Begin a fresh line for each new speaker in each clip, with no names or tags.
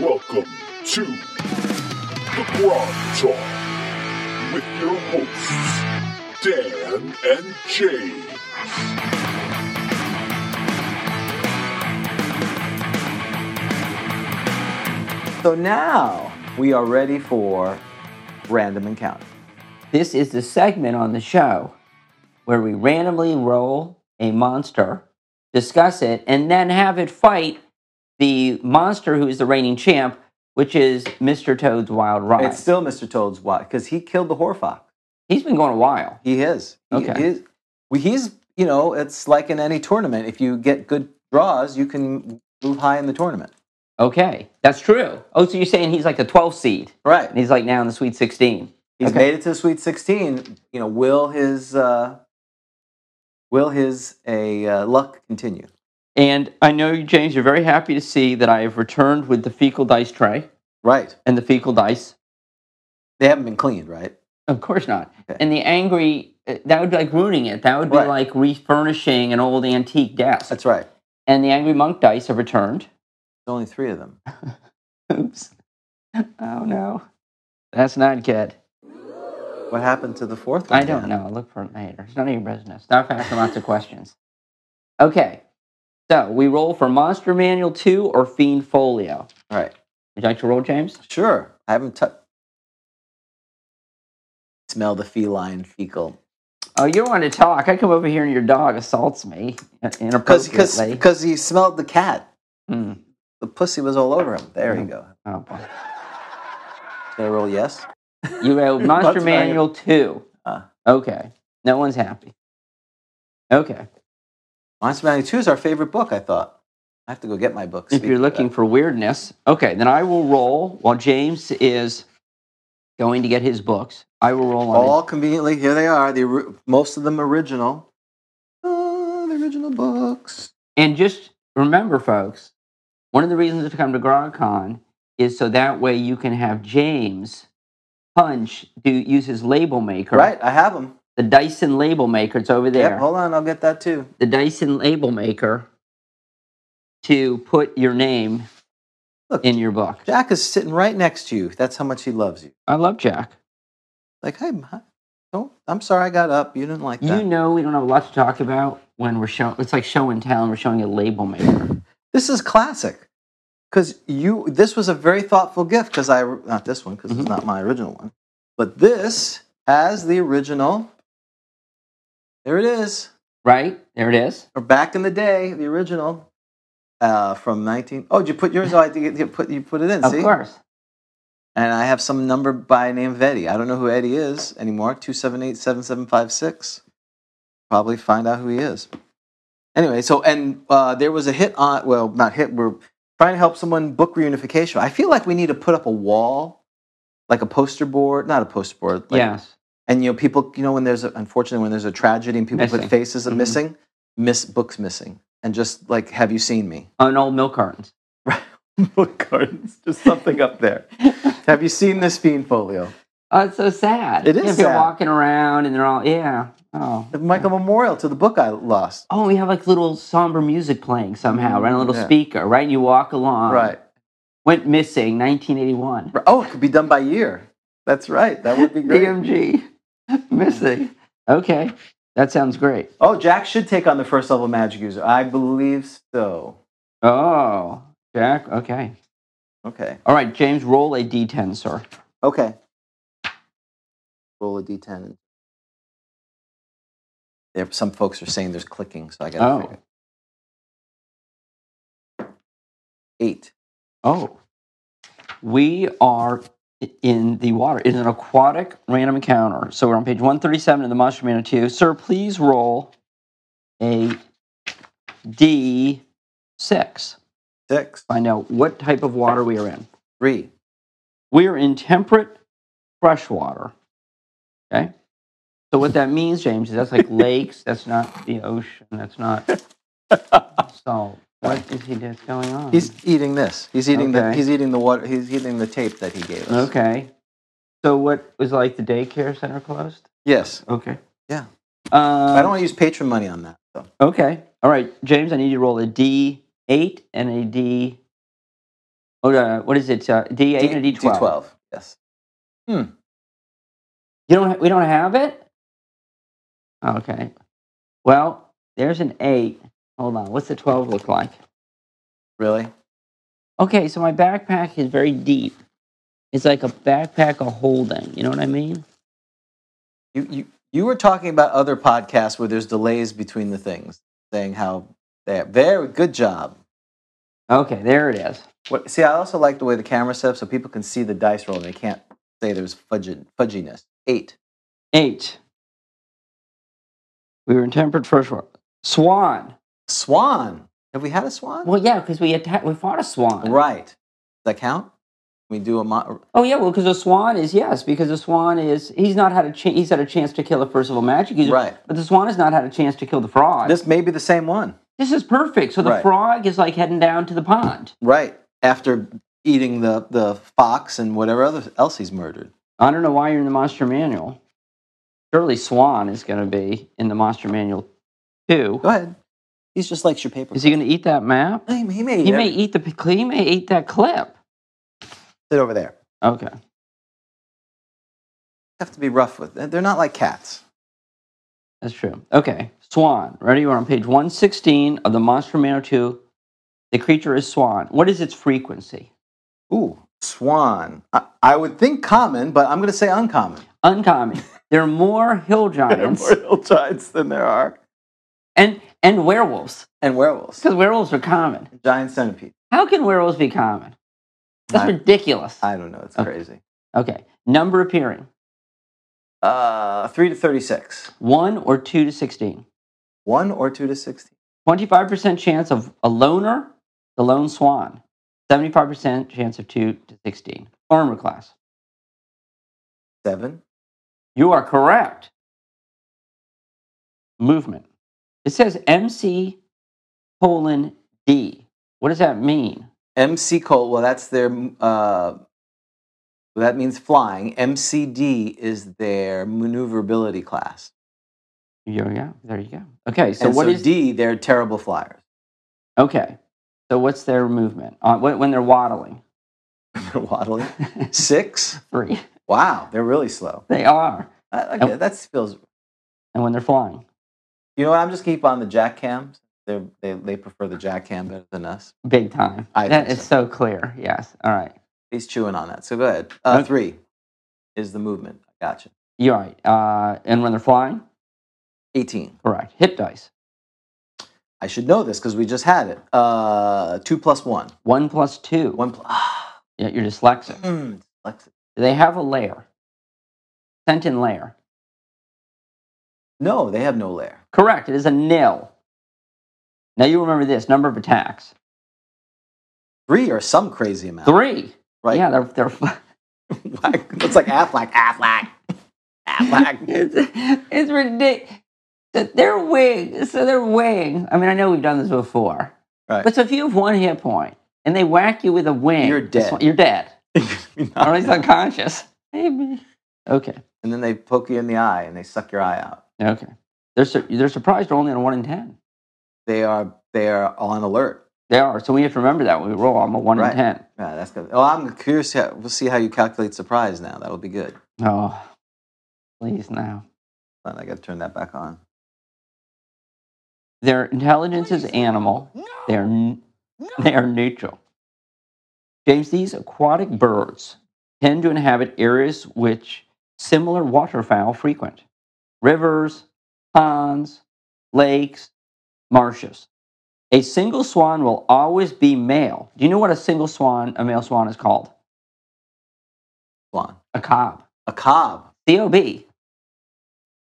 Welcome to The Broad Talk with your hosts, Dan and Jay.
So now we are ready for random encounter.
This is the segment on the show where we randomly roll a monster, discuss it, and then have it fight the monster who is the reigning champ, which is Mr. Toad's Wild Ride.
It's still Mr. Toad's wild because he killed the Horfox.
He's been going a while.
He is. He
Okay.
is- well, he's you know it's like in any tournament. If you get good draws, you can move high in the tournament.
Okay, that's true. Oh, so you're saying he's like the 12th seed,
Right.
and he's like now in the Sweet 16.
He's
Okay.
made it to the Sweet 16. You know, will his uh, will his a uh, luck continue?
And I know you, James, you're very happy to see that I have returned with the fecal dice tray
Right.
and the fecal dice.
They haven't been cleaned, right?
Of course not.
Okay.
And the angry, uh, that would be like ruining it. That would be
Right.
like refurnishing an old antique desk.
That's right. There's
and the angry monk dice have returned.
only three of them.
Oops. Oh no. That's not good.
What happened to the fourth one?
I
Dan?
don't know. Look for it later. It's none of your business. Stop asking lots of questions. Okay. So we roll for Monster Manual 2 or Fiend Folio.
All right.
Would you like to roll, James?
Sure. I haven't touched. Smell the feline fecal.
Oh, you don't want to talk. I come over here and your dog assaults me
Because
inappropriately.
because he smelled the cat.
Hmm.
The pussy was all over him. There you
Mhm.
go.
Oh, boy.
Did I roll yes?
You rolled Monster
Monster Manual.
Manual 2.
Ah.
Okay. No one's happy. Okay.
Monster Manual 2 is our favorite book, I thought. I have to go get my book.
if
speaking
you're
of
looking
that.
for weirdness, okay, then I will roll while James is going to get his books. I will roll on. a-
All conveniently, here they are. The ori- Most of them original. Oh, the original books.
and just remember, folks, one of the reasons to come to GrogCon is so that way you can have James punch do use his label maker,
Right, I have them.
The Dyson label maker. It's over there.
Yep, hold on, I'll get that too.
the Dyson label maker to put your name
Look.
in your book.
Jack is sitting right next to you. That's how much he loves you.
I love Jack.
Like, hey, Ma- don't, I'm sorry I got up. You didn't like that.
You know, we don't have a lot to talk about when we're showing. It's like show and tell, and we're showing a label maker.
This is classic. Because you, this was a very thoughtful gift. Because I, not this one, because
Mhm.
it's not my original one, but this has the original. There it is.
Right there, it is.
Or back in the day, the original uh, from 19. Oh, did you put yours? Oh, I did you put you put it in.
Of
see,
course.
and I have some number by name of Eddie. I don't know who Eddie is anymore. Two seven eight seven seven five six. Probably find out who he is. Anyway, so and uh, there was a hit on. Well, not hit. We're trying to help someone book reunification. I feel like we need to put up a wall, like a poster board. Not a poster board. Like,
yes.
And you know, people. You know, when there's a, unfortunately when there's a tragedy and people
Missing.
put faces of
Mhm.
missing, miss books missing, and just like, have you seen me?
On old milk cartons.
Book cards, just something up there. have you seen this fiend folio?
Oh, it's so sad.
It is
If you're
sad.
walking around and they're all, yeah. Oh.
The Michael Memorial to the book I lost.
Oh, we have like little somber music playing somehow, right? A little
Mm-hmm. Yeah.
speaker, right? And you walk along.
right.
Went missing, 1981.
Oh, it could be done by year. That's right. That would be great.
DMG. missing. Okay. That sounds great.
oh, Jack should take on the first level magic user. I believe so.
Oh, Jack. Okay.
Okay.
All right, James, roll a d10, sir.
Okay. roll a d10. And there, some folks are saying there's clicking, so I got to
Oh.
figure it. Eight.
Oh. We are i- in the water. It's an aquatic random encounter. So we're on page 137 of the Monster Manual 2. Sir, please roll a D6.
Six.
Find out what type of water we are in.
Three.
We are in temperate freshwater. Okay? So what that means, James, is that's like lakes. That's not the ocean. That's not salt. What is he that's going on?
He's eating this. He's eating the.
Okay.
He's eating the water. He's eating the tape that he gave us.
Okay. So what was like the daycare center closed?
Yes.
Okay.
Yeah.
Um,
I don't want to use patron money on that. So.
Okay. All right, James. I need you to roll a D eight and a D. Oh, uh, what is it? Uh, D eight and a D twelve.
twelve. Yes.
You don't. Ha- we don't have it. Okay. Well, there's an eight. Hold on. What's the twelve look like?
Really?
Okay, so my backpack is very deep. It's like a backpack of holding. You know what I mean?
You you you were talking about other podcasts where there's delays between the things, saying how they're very good job.
Okay, there it is.
What, see, I also like the way the camera set up so people can see the dice roll and they can't say there's fudgin, fudginess. Eight.
Eight. We were in temperate freshwater. Swan.
Swan. Have we had a swan?
Well, yeah, because we atta- we fought a swan.
Right. Does that count? We do a mo-
Oh yeah, well, because a swan is yes, because a swan is he's not had a cha- he's had a chance to kill a Percival Magic user,
Right.
But the swan has not had a chance to kill the frog. This,
This may be the same one.
is perfect. So the
Right.
frog is like heading down to the pond.
Right. After eating the, the fox and whatever other, else he's murdered.
I don't know why you're in the Monster Manual. Surely Swan is going to be in the Monster Manual too.
Go ahead. He's just likes your paper.
Is he going to eat that map?
he, he may,
He may eat the p- he may eat that clip.
sit over there.
Okay.
have to be rough with. They're not like cats.
That's true. Okay. Swan. Ready? We're on page 116 of the Monster Manual 2. The creature is swan. What is its frequency?
Ooh, swan. I, I would think common, but I'm going to say uncommon.
Uncommon. There are more hill giants
hill giants than there are.
and, and werewolves
And werewolves.
because werewolves are common.
Giant centipede.
How can werewolves be common? That's
I-
ridiculous.
I don't know. It's
Okay.
crazy.
okay. Number appearing
Uh, 3 to 36.
1 or 2 to 16.
1 or 2 to 16.
25% chance of a loner, the lone swan. 75% chance of 2 to 16. Armor class.
7.
You are correct. Movement. It says MC colon D. What does that mean?
MC Colt. Well, that's their. Uh, that means flying. MCD is their maneuverability class.
There you go. There you go. Okay. So
and
what
so
is
D? They're terrible flyers.
Okay. So what's their movement uh, when when they're waddling?
they're waddling. Six.
Three.
Wow, they're really slow.
They are.
Uh,
Oh.
okay, that feels.
And when they're flying,
You know what? I'm just keep on the jack cams. They're, they they prefer the jack cam better than us.
big time.
I
That
think
is so clear. Yes. All right.
He's chewing on that. So go ahead. Uh,
Okay.
Three is the movement. Gotcha.
You're right. Uh, and when they're flying,
Eighteen.
correct. Hip dice.
I should know this because we just had it. Uh, two plus one.
One plus two.
One plus. Ah,
Yeah, you're dyslexic.
mm, dyslexic.
Do they have a layer? Sent in layer.
no, they have no lair.
Correct. It is a nil. Now you remember this number of attacks.
Three or some crazy amount.
Three.
Right.
Yeah, they're they're
it's like Affleck. Affleck. Affleck.
it's, it's ridiculous. They're wing. So they're wing. I mean, I know we've done this before.
Right.
But so if you have one hit point and they whack you with a wing,
You're dead.
that's what- You're dead. Or at least unconscious. Maybe. Okay.
and then they poke you in the eye and they suck your eye out.
Okay. They're sur- they're surprised they're only on a one in ten.
They are they are on alert.
They are. So we have to remember that when we roll. I'm a one
Right.
in ten.
Yeah, that's good. Oh, I'm curious. How, we'll see how you calculate surprise now. That'll be good.
Oh, please now.
Hold on, I got to turn that back on.
Their intelligence is animal. They are n- they are neutral. James, these aquatic birds tend to inhabit areas which similar waterfowl frequent rivers, ponds, lakes, marshes. A single swan will always be male. Do you know what a single swan, a male swan, is called?
Swan.
A cob.
A cob.
C O B.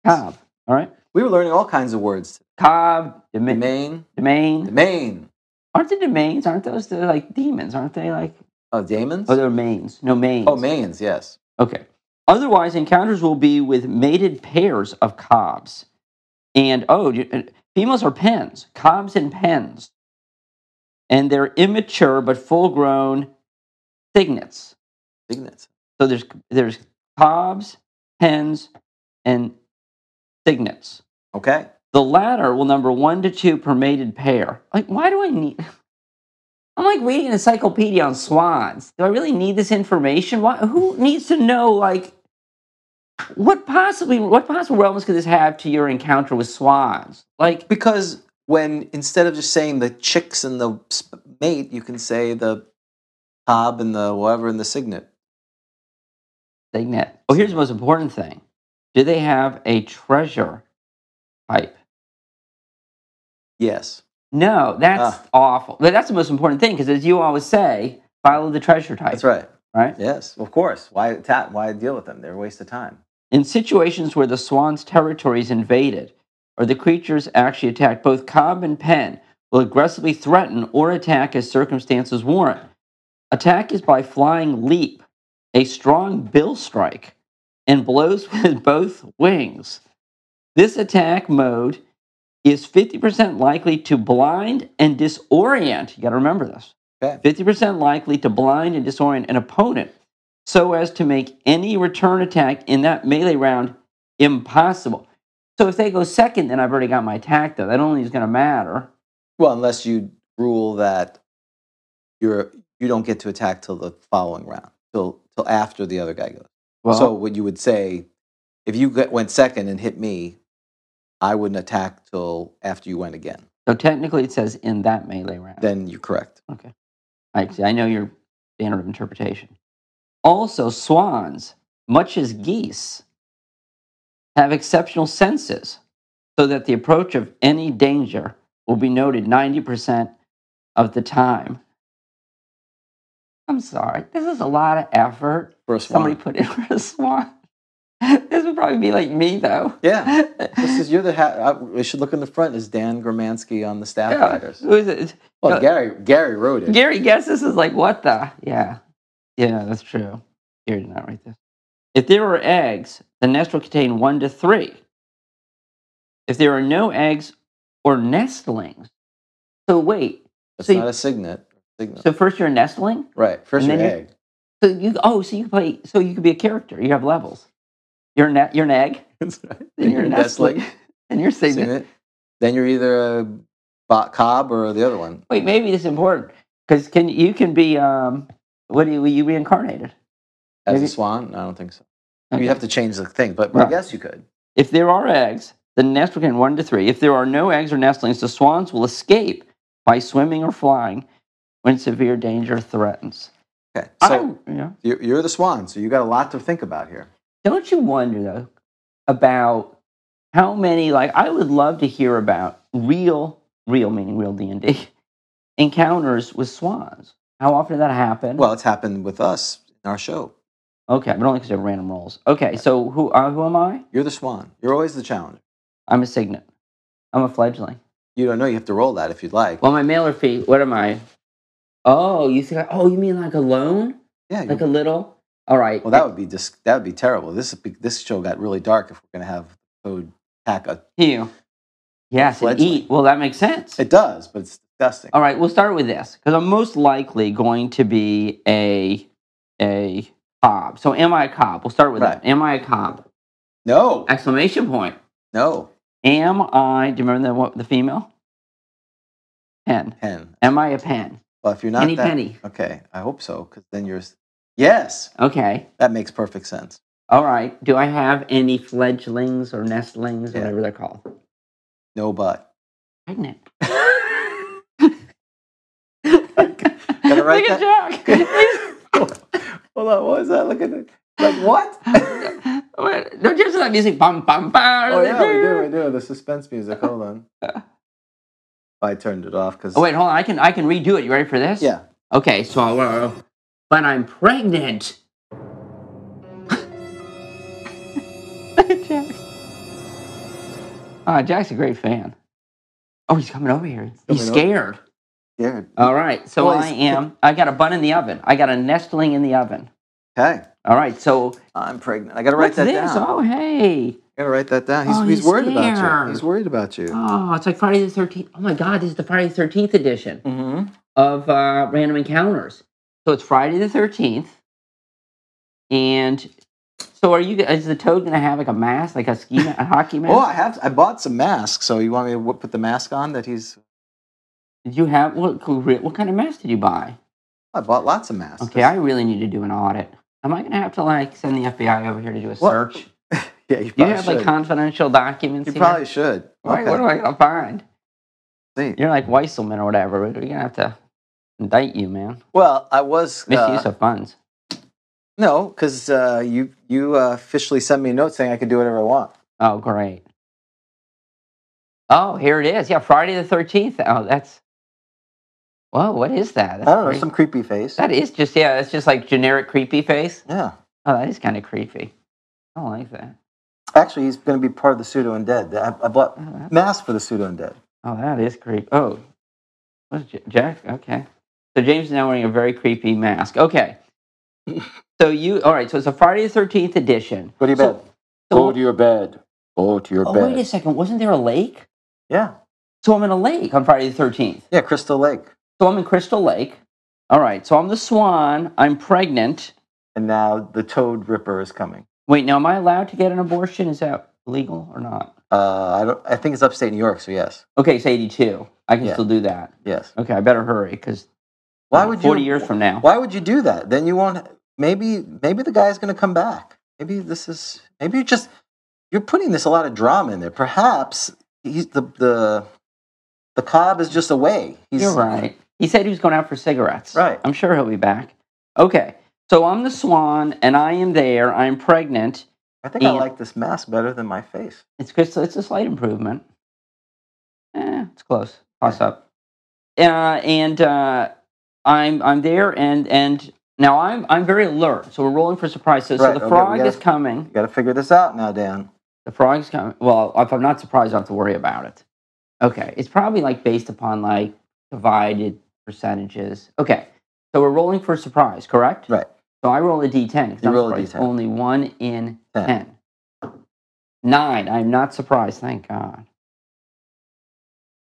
Cob. All right.
We were learning all kinds of words.
Cob, domain,
Domain.
domain.
Domain.
Aren't the domains, aren't those the, like demons? Aren't they like,
Oh, daemons?
oh, they're mains. No, mains.
Oh, mains, yes.
Okay. Otherwise, encounters will be with mated pairs of cobs. And oh, you- uh, females are pens, cobs and pens. And they're immature but full grown cygnets.
Cygnets.
So there's, there's cobs, pens, and cygnets.
Okay.
The latter will number one to two per mated pair. Like, why do I need. I'm like reading an encyclopedia on swans. Do I really need this information? Why, who needs to know, like, what possibly, what possible relevance could this have to your encounter with swans? Like,
Because when instead of just saying the chicks and the sp- mate, you can say the cob and the whatever and the signet.
Signet. Oh, here's the most important thing. Do they have a treasure pipe?
Yes.
No, that's
Ah.
awful. But that's the most important thing because, as you always say, follow the treasure type.
That's right.
Right?
Yes. Of course. Why ta- why deal with them? They're a waste of time.
In situations where the swan's territory is invaded or the creatures actually attacked, both Cobb and Penn will aggressively threaten or attack as circumstances warrant. Attack is by flying leap, a strong bill strike, and blows with both wings. This attack mode is 50% likely to blind and disorient. You got to remember this.
Okay.
50% likely to blind and disorient an opponent so as to make any return attack in that melee round impossible. So if they go second, then I've already got my attack, though. That only is going to matter.
Well, unless you rule that you're you don't get to attack till the following round, till till after the other guy goes.
Well,
so what you would say, if you get, went second and hit me, I wouldn't attack till after you went again.
so technically, it says in that melee round.
Then you're correct.
I, see, I know your standard of interpretation. Also, swans, much as geese, have exceptional senses so that the approach of any danger will be noted 90% of the time. I'm sorry, this is a lot of effort
First
somebody
one.
put in for a swan. This would probably be like me, though.
Yeah. This is you're the ha- I I should look in the front. Is Dan Gromansky on the staff
Yeah,
writers?
who is it?
Well,
Uh,
Gary Gary wrote it.
Gary guesses is like, what the? Yeah. Yeah, that's true. Gary did not write this. If there are eggs, the nest will contain one to three. If there are no eggs or nestlings, so wait.
That's
so, you-
not a signet. Signal.
so first you're a nestling?
right. First your
and then you-
egg.
So you oh, so you can play so you could be a character. You have levels. You're a ne- you're an egg,
That's right.
then you're a nestling, and you're saying
signet. Then you're either a bot cob or the other one.
wait, maybe it's important. Because can you can be um what do you, you reincarnated?
As
Maybe-
a swan? I don't think so.
Okay.
You'd have to change the thing, but
Right.
I guess you could.
If there are eggs, the nest will contain one to three. If there are no eggs or nestlings, the swans will escape by swimming or flying when severe danger threatens.
Okay.
I,
So
you know,
you're, you're the swan, so you got a lot to think about here.
don't you wonder though about how many? Like, I would love to hear about real, real meaning real D and D encounters with swans. How often did that happen?
Well, it's happened with us in our show.
okay, but only because they're random rolls. Okay, so who uh, who am I?
You're the swan. You're always the challenger.
I'm a signet. I'm a fledgling.
You don't know. You have to roll that if you'd like.
Well, my mailer fee. What am I? Oh, you think? I, oh, you mean like a loan?
yeah. you-
Like a little? All right.
well, that would be dis- that would be terrible. This would be, this show got really dark if we're going to have code pack a.
you. Yes, and
Fledgling.
eat. Well, that makes sense.
It does, but it's disgusting.
All right, we'll start with this because I'm most likely going to be a a cob. So, am I a cob? We'll start with that. Am I a cob?
No,
Exclamation point.
no,
Am I? Do you remember the what, the female? Pen.
pen.
Am I a pen?
Well, if you're not
Penny
that,
penny.
okay, I hope so, because then you're. s- Yes,
Okay.
that makes perfect sense.
All right. Do I have any fledglings or nestlings,
Yeah.
whatever they're called?
No, but
Pregnant.
Gotta write
Make a joke.
hold on, what was that? Look at it. Like what?
What? Don't you have that music? Bum, bum, bum.
Oh yeah, we do, we do. The suspense music. Hold on. I turned it off because.
Oh, wait, hold on. I can, I can redo it. You ready for this?
Yeah.
Okay, so. Uh, but I'm pregnant. Jack. Ah, Jack's a great fan. Oh, he's coming over here. he's
coming over.
scared.
Scared.
All right, so
Well,
I
he's-
am. I got a bun in the oven. I got a nestling in the oven.
Okay.
All right, so
I'm pregnant. I gotta write
what's
that
this?
down.
Oh, hey.
I gotta write that down. He's,
Oh,
he's,
he's
worried about
scared.
you. He's worried about you.
Oh, it's like Friday the 13th. Oh my God, this is the Friday the 13th edition
Mm-hmm.
of uh, Random Encounters. So it's Friday the 13th. And so are you, is the toad going to have like a mask, like a ski, ma- a hockey mask?
Oh, I have. I bought some masks. So you want me to w- put the mask on that he's?
Did you have, what, what kind of mask did you buy?
I bought lots of masks.
Okay, I really need to do an audit. Am I going to have to like send the FBI over here to do a
Well,
search?
yeah, you
Do you
probably
have
should.
like confidential documents
you
here?
probably should.
Like, What am I going to find?
See.
You're like Weisselman or whatever. We're going to have to indict you, man.
Well, I was
Misuse
uh,
of funds.
no, because uh, you you uh, officially sent me a note saying I could do whatever I want.
Oh, great. Oh, here it is. Yeah, Friday the 13th. Oh, that's. Whoa, what is that? That's
I don't know,
great.
Oh, some creepy face.
That is just, yeah, that's just like generic creepy face.
yeah,
Oh, that is kind of creepy. I don't like that.
actually, he's going to be part of the pseudo undead. I, I bought
Oh, that,
masks for the pseudo undead.
oh, that is creepy. Oh, what's J- Jack? Okay. So James is now wearing a very creepy mask. Okay. so you, all right, so it's a Friday the 13th edition.
Go to your
So-
bed.
so-
your bed. Go to your
oh, wait a second. Wasn't there a lake?
Yeah,
So I'm in a lake on Friday the 13th.
yeah, Crystal Lake.
So I'm in Crystal Lake. All right. So I'm the swan. I'm pregnant.
And now the Toad Ripper is coming.
Wait, now am I allowed to get an abortion? Is that legal or not?
Uh, I don't. I think it's upstate New York. So yes,
Okay, it's 82. I can
Yeah.
still do that.
yes.
Okay, I better hurry because
Why would
40
you?
years from now.
Why would you do that? Then you won't. Maybe maybe the guy's going to come back. Maybe this is. Maybe you just you're putting this a lot of drama in there. Perhaps he's the the the cob is just away. He's
You're right. He said he was going out for cigarettes.
Right.
I'm sure he'll be back. Okay. So I'm the swan and I am there. I'm pregnant.
I think I
Yeah.
like this mask better than my face.
It's good. So it's a slight improvement. Eh, it's close. Toss up. Uh, and uh, I'm I'm there, and and now I'm I'm very alert. So we're rolling for surprise. So, so
Right,
the
okay, we
frog
gotta-
is coming.
You got to figure this out now, Dan.
The frog's coming. Well, if I'm not surprised, I don't have to worry about it. Okay, it's probably like based upon like divided percentages. Okay, so we're rolling for surprise, correct?
Right.
So I roll a d10. 'cause
You
I'm
roll a
surprised.
D10.
Only one in
Ten.
ten. Nine. I'm not surprised. Thank God.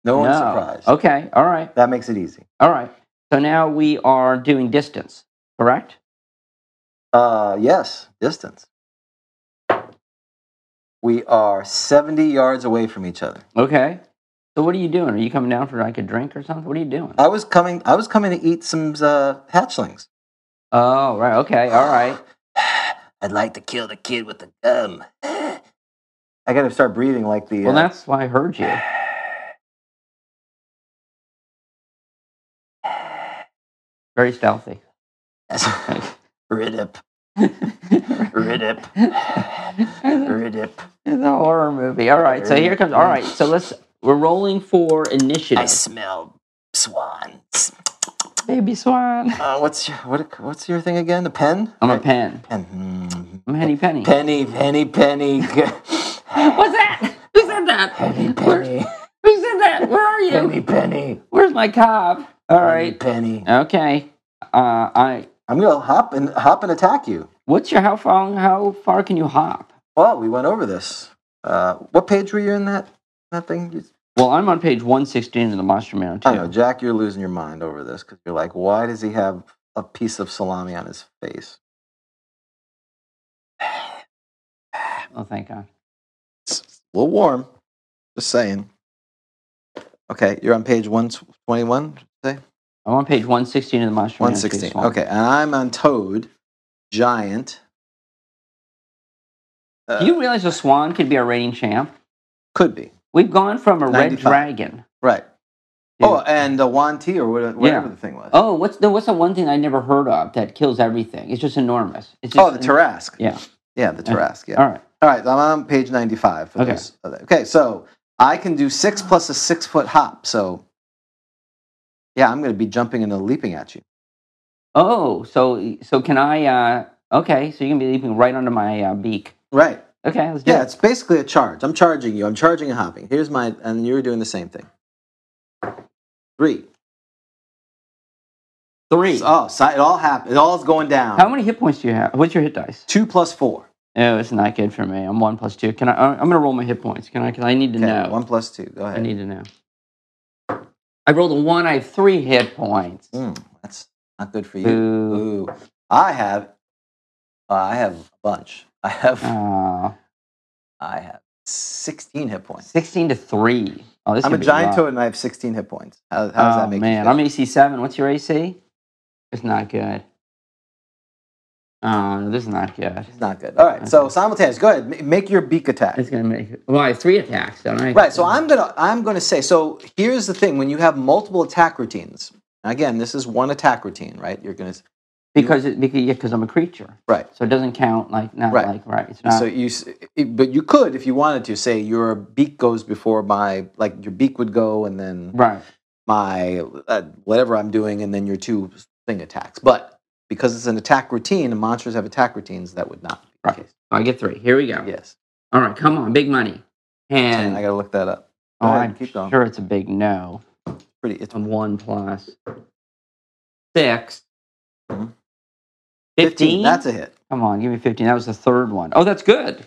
No, one's
No.
surprised.
Okay. All right.
That makes it easy.
All right. So now we are doing distance, correct?
Uh, yes, distance. We are 70 yards away from each other.
Okay. So what are you doing? Are you coming down for like a drink or something? What are you doing?
I was coming. I was coming to eat some uh, hatchlings.
Oh, right. Okay. All right.
I'd like to kill the kid with the gum. I gotta start breathing like the.
Well,
uh,
that's why I heard you. Very stealthy.
that's Ridip, Ridip,
it's
Ridip.
a horror movie. All right. So here comes. All right. So let's. We're rolling for initiative.
smell swans.
Baby swan.
Uh, what's your what, What's your thing again? A pen?
I'm a pen.
pen. Mm.
I'm Henny Penny.
Penny, penny, penny.
What's that? Who said that?
penny,
Where-
penny,
Who said that? Where are you?
penny, penny.
Where's my cob? All right.
penny.
Okay. Uh, I.
I'm gonna hop and hop and attack you.
What's your how far? How far can you hop?
Well, we went over this. Uh, what page were you in that? That thing? You-
Well, I'm on page 116 of the Monster Manual too.
I know, Jack, you're losing your mind over this because you're like, why does he have a piece of salami on his face?
Oh, thank God.
It's a little warm. Just saying. Okay, you're on page 121, say?
I'm on page 116 of the Monster Manual. too,
116.
Swan.
Okay, and I'm on Toad, Giant. Uh,
Do you realize a swan could be a reigning champ?
could be.
We've gone from a red
95.
dragon.
Right.
to-
Oh, and a Wanti or whatever, whatever
Yeah.
the thing was.
oh, what's the what's the one thing I never heard of that kills everything? It's just enormous. It's just,
Oh, the Tarrasque.
Yeah.
Yeah, the Tarrasque. Yeah.
All right.
All right, I'm on page 95. For
Okay.
Those other- okay, so I can do six plus a six foot hop. So, yeah, I'm going to be jumping and leaping at you.
Oh, so so can I? Uh, okay, so you can be leaping right onto my uh, beak.
Right.
Okay, let's do
Yeah,
it.
it's basically a charge. I'm charging you. I'm charging and hopping. Here's my, and you're doing the same thing. Three.
Three.
Oh, so it all happened. It all is going down.
How many hit points do you have? What's your hit dice?
Two plus four.
Oh, it's not good for me. I'm one plus two. Can I? uh, I'm gonna roll my hit points. Can I? Because I need to
Okay,
know.
One plus two. Go
I
ahead.
need to know. I rolled a one. I have three hit points.
Mm, that's not good for you.
Boo.
Ooh. I have, uh, I have a bunch. I have,
Oh,
I have 16 hit points.
Sixteen to three. Oh, this
I'm
could
a
be
giant
rough.
toad and I have 16 hit points. How, how does
oh,
that make
man,
you
I'm
feel?
AC seven. What's your AC? It's not good. Oh, this is not good.
It's not good. All right, so
Okay.
simultaneous. Go ahead, ma- make your beak attack.
It's gonna make. Well, I have three attacks, don't I?
Right. So I'm gonna I'm gonna say. So here's the thing: when you have multiple attack routines, and again, this is one attack routine, right? You're gonna
because it, because yeah, 'cause I'm a creature,
right.
so it doesn't count. Like not
Right.
like right. It's not,
So you, s- it- but you could, if you wanted to, say your beak goes before my, like your beak would go, and then
right.
my uh, whatever I'm doing, and then your two thing attacks. But because it's an attack routine, and monsters have attack routines, that would not be the
Right.
case.
I get three. Here we go.
Yes.
All right, come on, big money. And
I gotta look that up.
oh,
Go ahead,
I'm
keep going.
sure it's a big no.
Pretty. It's
I'm one plus six.
Mhm.
15?
That's a hit.
Come on, give me 15. That was the third one. Oh, that's good.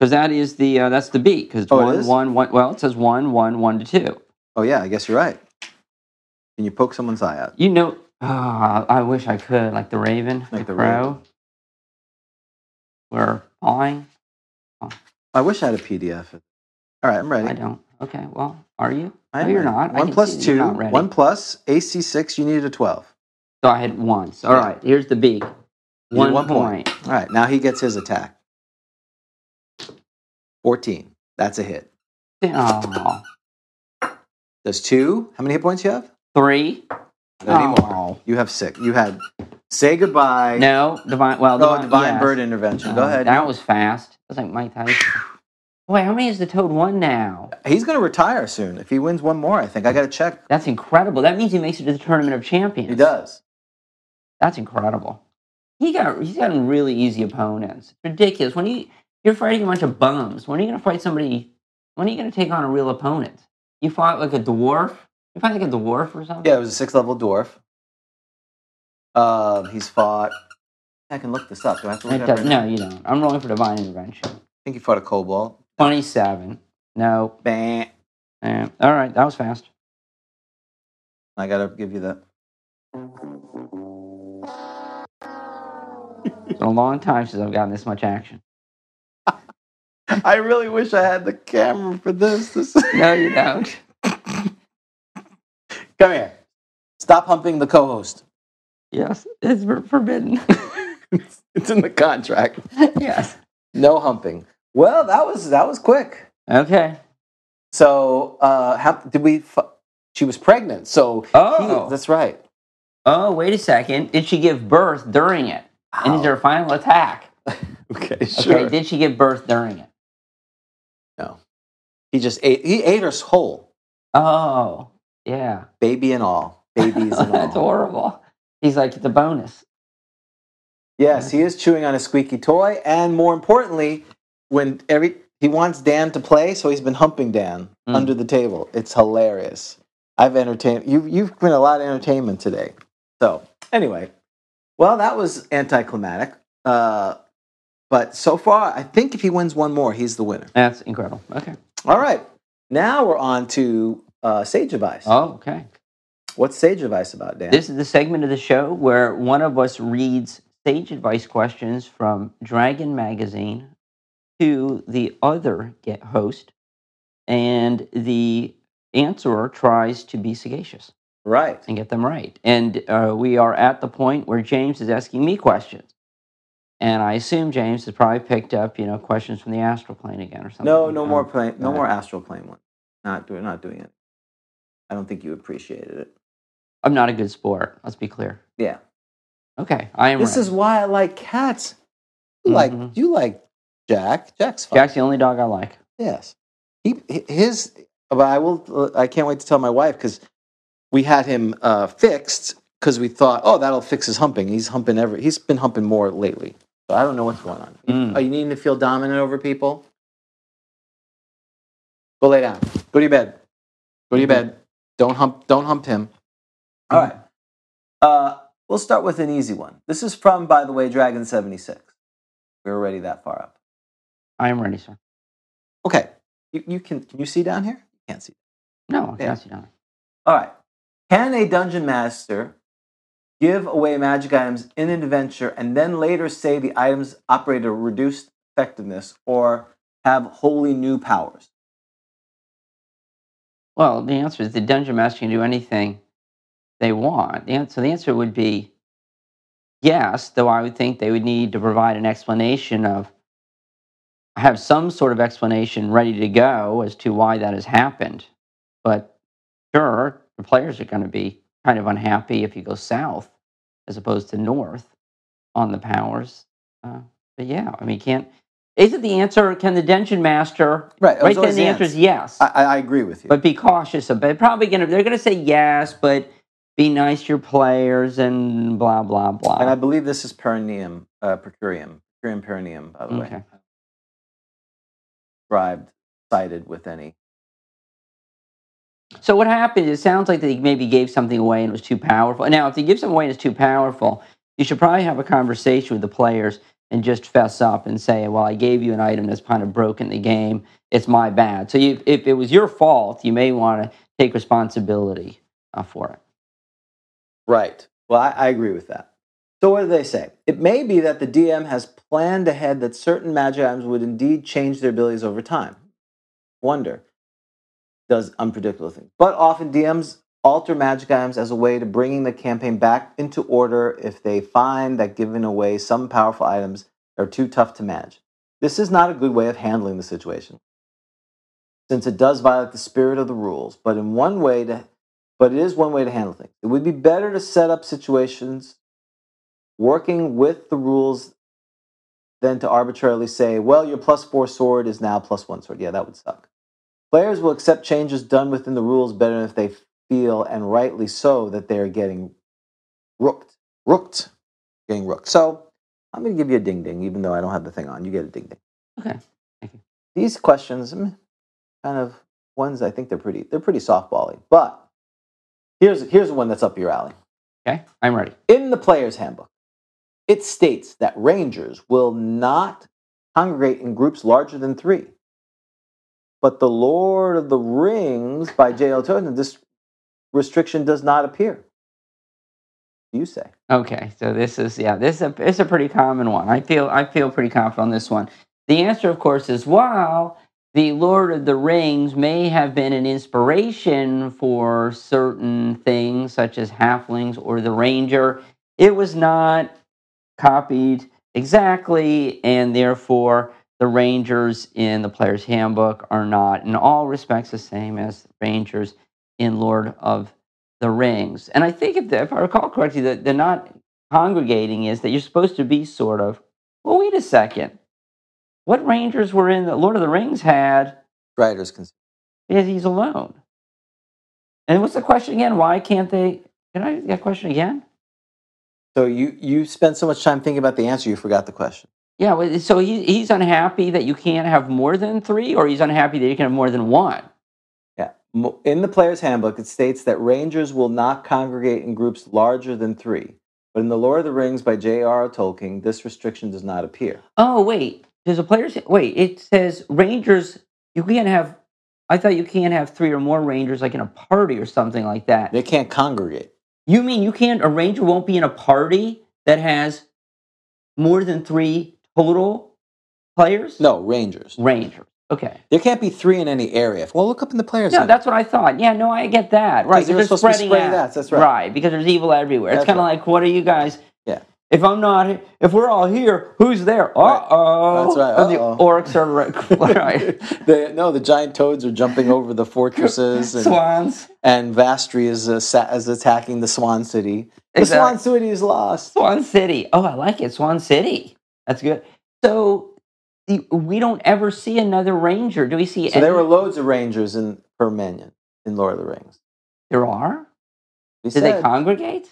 Because that is the, uh, that's the beat. Because it's
Oh, it
one,
is?
one, one- well, it says one, one, one to two.
Oh yeah, I guess you're right. Can you poke someone's eye out?
You know, ah, I wish I could, like the raven,
Like
the,
the
crow. We're flying.
I wish I had a PDF. All right, I'm ready.
I don't. Okay, well, are you?
I'm
no, you're
ready.
not. I
One
can
plus
see that you're
two.
not ready.
One plus AC six. You needed a twelve.
So I had once. All
Yeah.
right, here's the beak.
You
One,
need one
point.
point. All right, now he gets his attack. Fourteen. That's a hit.
Oh,
Does two. How many hit points you have?
three.
Not anymore.
Oh.
You have six. You had. Say goodbye.
No, divine. Well,
oh, divine
yes.
bird intervention. Go
Oh,
ahead.
That was fast. That's like Mike Tyson. Wait, how many is the Toad one now?
He's going to retire soon if he wins one more. I think I got to check.
That's incredible. That means he makes it to the Tournament of Champions.
He does.
That's incredible. He got he's gotten really easy opponents. Ridiculous. When you you're fighting a bunch of bums. When are you gonna fight somebody? When are you gonna take on a real opponent? You fought like a dwarf. You fight like a dwarf or something.
Yeah, it was a six level dwarf. Uh, he's fought. I can look this up. Do I have to look
That
it up?
does-
right now?
no, you don't. I'm rolling for divine intervention.
I think he fought a cobalt.
Twenty-seven. No.
Bam.
Eh, all right, that was fast.
I gotta give you that.
It's been a long time since I've gotten this much action.
I really wish I had the camera for this. this
No, you don't.
Come here. Stop humping the co-host.
Yes, it's for- forbidden.
it's in the contract.
yes.
No humping. Well, that was that was quick.
Okay.
So, uh, how did we? Fu- she was pregnant. So, he-
Oh.
that's right.
Oh, wait a second. Did she give birth during it? And is there a final attack?
okay,
Okay.
sure.
Did she give birth during it?
he just ate. He ate her whole,
Oh, yeah.
baby and all, babies and
That's
all.
horrible. He's like the bonus.
Yes, he is chewing on a squeaky toy, and more importantly, when every he wants Dan to play, so he's been humping Dan
Mm.
under the table. It's hilarious. I've entertained you. You've been a lot of entertainment today. So anyway, well, that was anticlimactic. Uh, but so far, I think if he wins one more, he's the winner.
That's incredible. Okay.
All right, now we're on to uh, sage advice.
Oh, okay.
What's sage advice about, Dan?
This is the segment of the show where one of us reads sage advice questions from Dragon Magazine to the other get host, and the answerer tries to be sagacious
right.
and get them right. And uh, we are at the point where James is asking me questions. And I assume James has probably picked up, you know, questions from the astral plane again or something.
No, no more
Um,
plane, no
uh,
more astral plane one. Not doing, not doing it. I don't think you appreciated it.
I'm not a good sport. Let's be clear.
Yeah,
Okay, I am.
this
ready.
is why I like cats. You like
Mhm.
you like Jack. Jack's fine.
Jack's the only dog I like.
Yes. He hi- his. But I will. I can't wait to tell my wife because we had him uh, fixed because we thought, oh, that'll fix his humping. He's humping every. He's been humping more lately. So I don't know what's going on.
Mm.
Are Oh, you needing to feel dominant over people? Go lay down. Go to your bed. Go to your bed. Don't hump. Don't hump him. Mm-hmm. All right. Uh, we'll start with an easy one. This is from, by the way, Dragon seventy six. We're already that far up.
I am ready, sir.
Okay. You, you can. Can you see down here? You can't see.
No, I
Yeah.
can't see down.
All right. Can a dungeon master give away magic items in an adventure and then later say the items operate at a reduced effectiveness or have wholly new powers?
Well, the answer is the dungeon master can do anything they want. The an- So the answer would be yes, though I would think they would need to provide an explanation of, have some sort of explanation ready to go as to why that has happened. But sure, the players are going to be kind of unhappy if you go south as opposed to north on the powers. Uh, but yeah, I mean, can't. Is it the answer? Can the dungeon master?
Right.
Right then, the answer is yes.
I, I I agree with you.
But be cautious about. They're probably gonna. They're gonna say yes, but be nice to your players and blah blah blah.
and I believe this is perineum, uh, procurium, procurium perineum, by the way.
Okay.
Described, cited with any.
so what happened? It sounds like they maybe gave something away and it was too powerful. Now, if they give something away and it's too powerful, you should probably have a conversation with the players and just fess up and say, "Well, I gave you an item that's kind of broken the game. It's my bad." So you, if it was your fault, you may want to take responsibility uh, for it.
Right. Well, I, I agree with that. So, what do they say? It may be that the DM has planned ahead that certain magic items would indeed change their abilities over time. Wonder does unpredictable things. But often DMs alter magic items as a way to bringing the campaign back into order if they find that giving away some powerful items are too tough to manage. This is not a good way of handling the situation, since it does violate the spirit of the rules. But in one way to but it is one way to handle things. It would be better to set up situations working with the rules than to arbitrarily say, well, your plus four sword is now plus one sword. Yeah, that would suck. Players will accept changes done within the rules better than if they feel, and rightly so, that they are getting rooked. Rooked. Getting rooked. So I'm going to give you a ding ding, even though I don't have the thing on. You get a ding ding.
Okay. Thank you.
These questions, mm, kind of ones I think they're pretty, they're pretty softball But Here's here's one that's up your alley.
Okay, I'm ready.
In the player's handbook, it states that rangers will not congregate in groups larger than three. But the Lord of the Rings by J.L. Tolkien, this restriction does not appear. You say.
Okay, so this is yeah, this is a it's a pretty common one. I feel I feel pretty confident on this one. The answer, of course, is while the Lord of the Rings may have been an inspiration for certain things such as halflings or the ranger, it was not copied exactly, and therefore the rangers in the player's handbook are not in all respects the same as rangers in Lord of the Rings. And I think if, the, if I recall correctly, that they're not congregating is that you're supposed to be sort of, well, wait a second. What rangers were in that Lord of the Rings had
Writers can
is he's alone. And what's the question again? Why can't they? Can I get that question again?
So you you spend so much time thinking about the answer you forgot the question.
Yeah, well, so he, he's unhappy that you can't have more than three, or he's unhappy that you can have more than one.
Yeah. Mo- In the player's handbook, it states that rangers will not congregate in groups larger than three. But in The Lord of the Rings by J.R.R. Tolkien, this restriction does not appear.
Oh wait, there's a player's wait. It says Rangers. You can't have. I thought you can't have three or more Rangers, like in a party or something like that.
They can't congregate.
You mean you can't? A Ranger won't be in a party that has more than three total players.
No, rangers.
Rangers. Okay.
There can't be three in any area. Well, look up in the players.
No,
handbook.
that's what I thought. Yeah, no, I get that. Right,
Because they're
they're
supposed to be spreading
out.
out, that's right.
because there's evil everywhere.
That's
it's kind of
right.
like, what are you guys?
Yeah.
If I'm not, if we're all here, who's there? Uh oh.
That's right,
the
uh-oh.
orcs are right. right.
the, no, the giant toads are jumping over the fortresses, and,
Swans.
and Vastry is, uh, sa- is attacking the Swan City. The
Exact-
Swan City is lost.
Swan City. Oh, I like it. Swan City. That's good. So the- we don't ever see another ranger. Do we see
So there
any-
were loads of rangers in per Mannion in Lord of the Rings.
there are?
He
Do they
said,
congregate?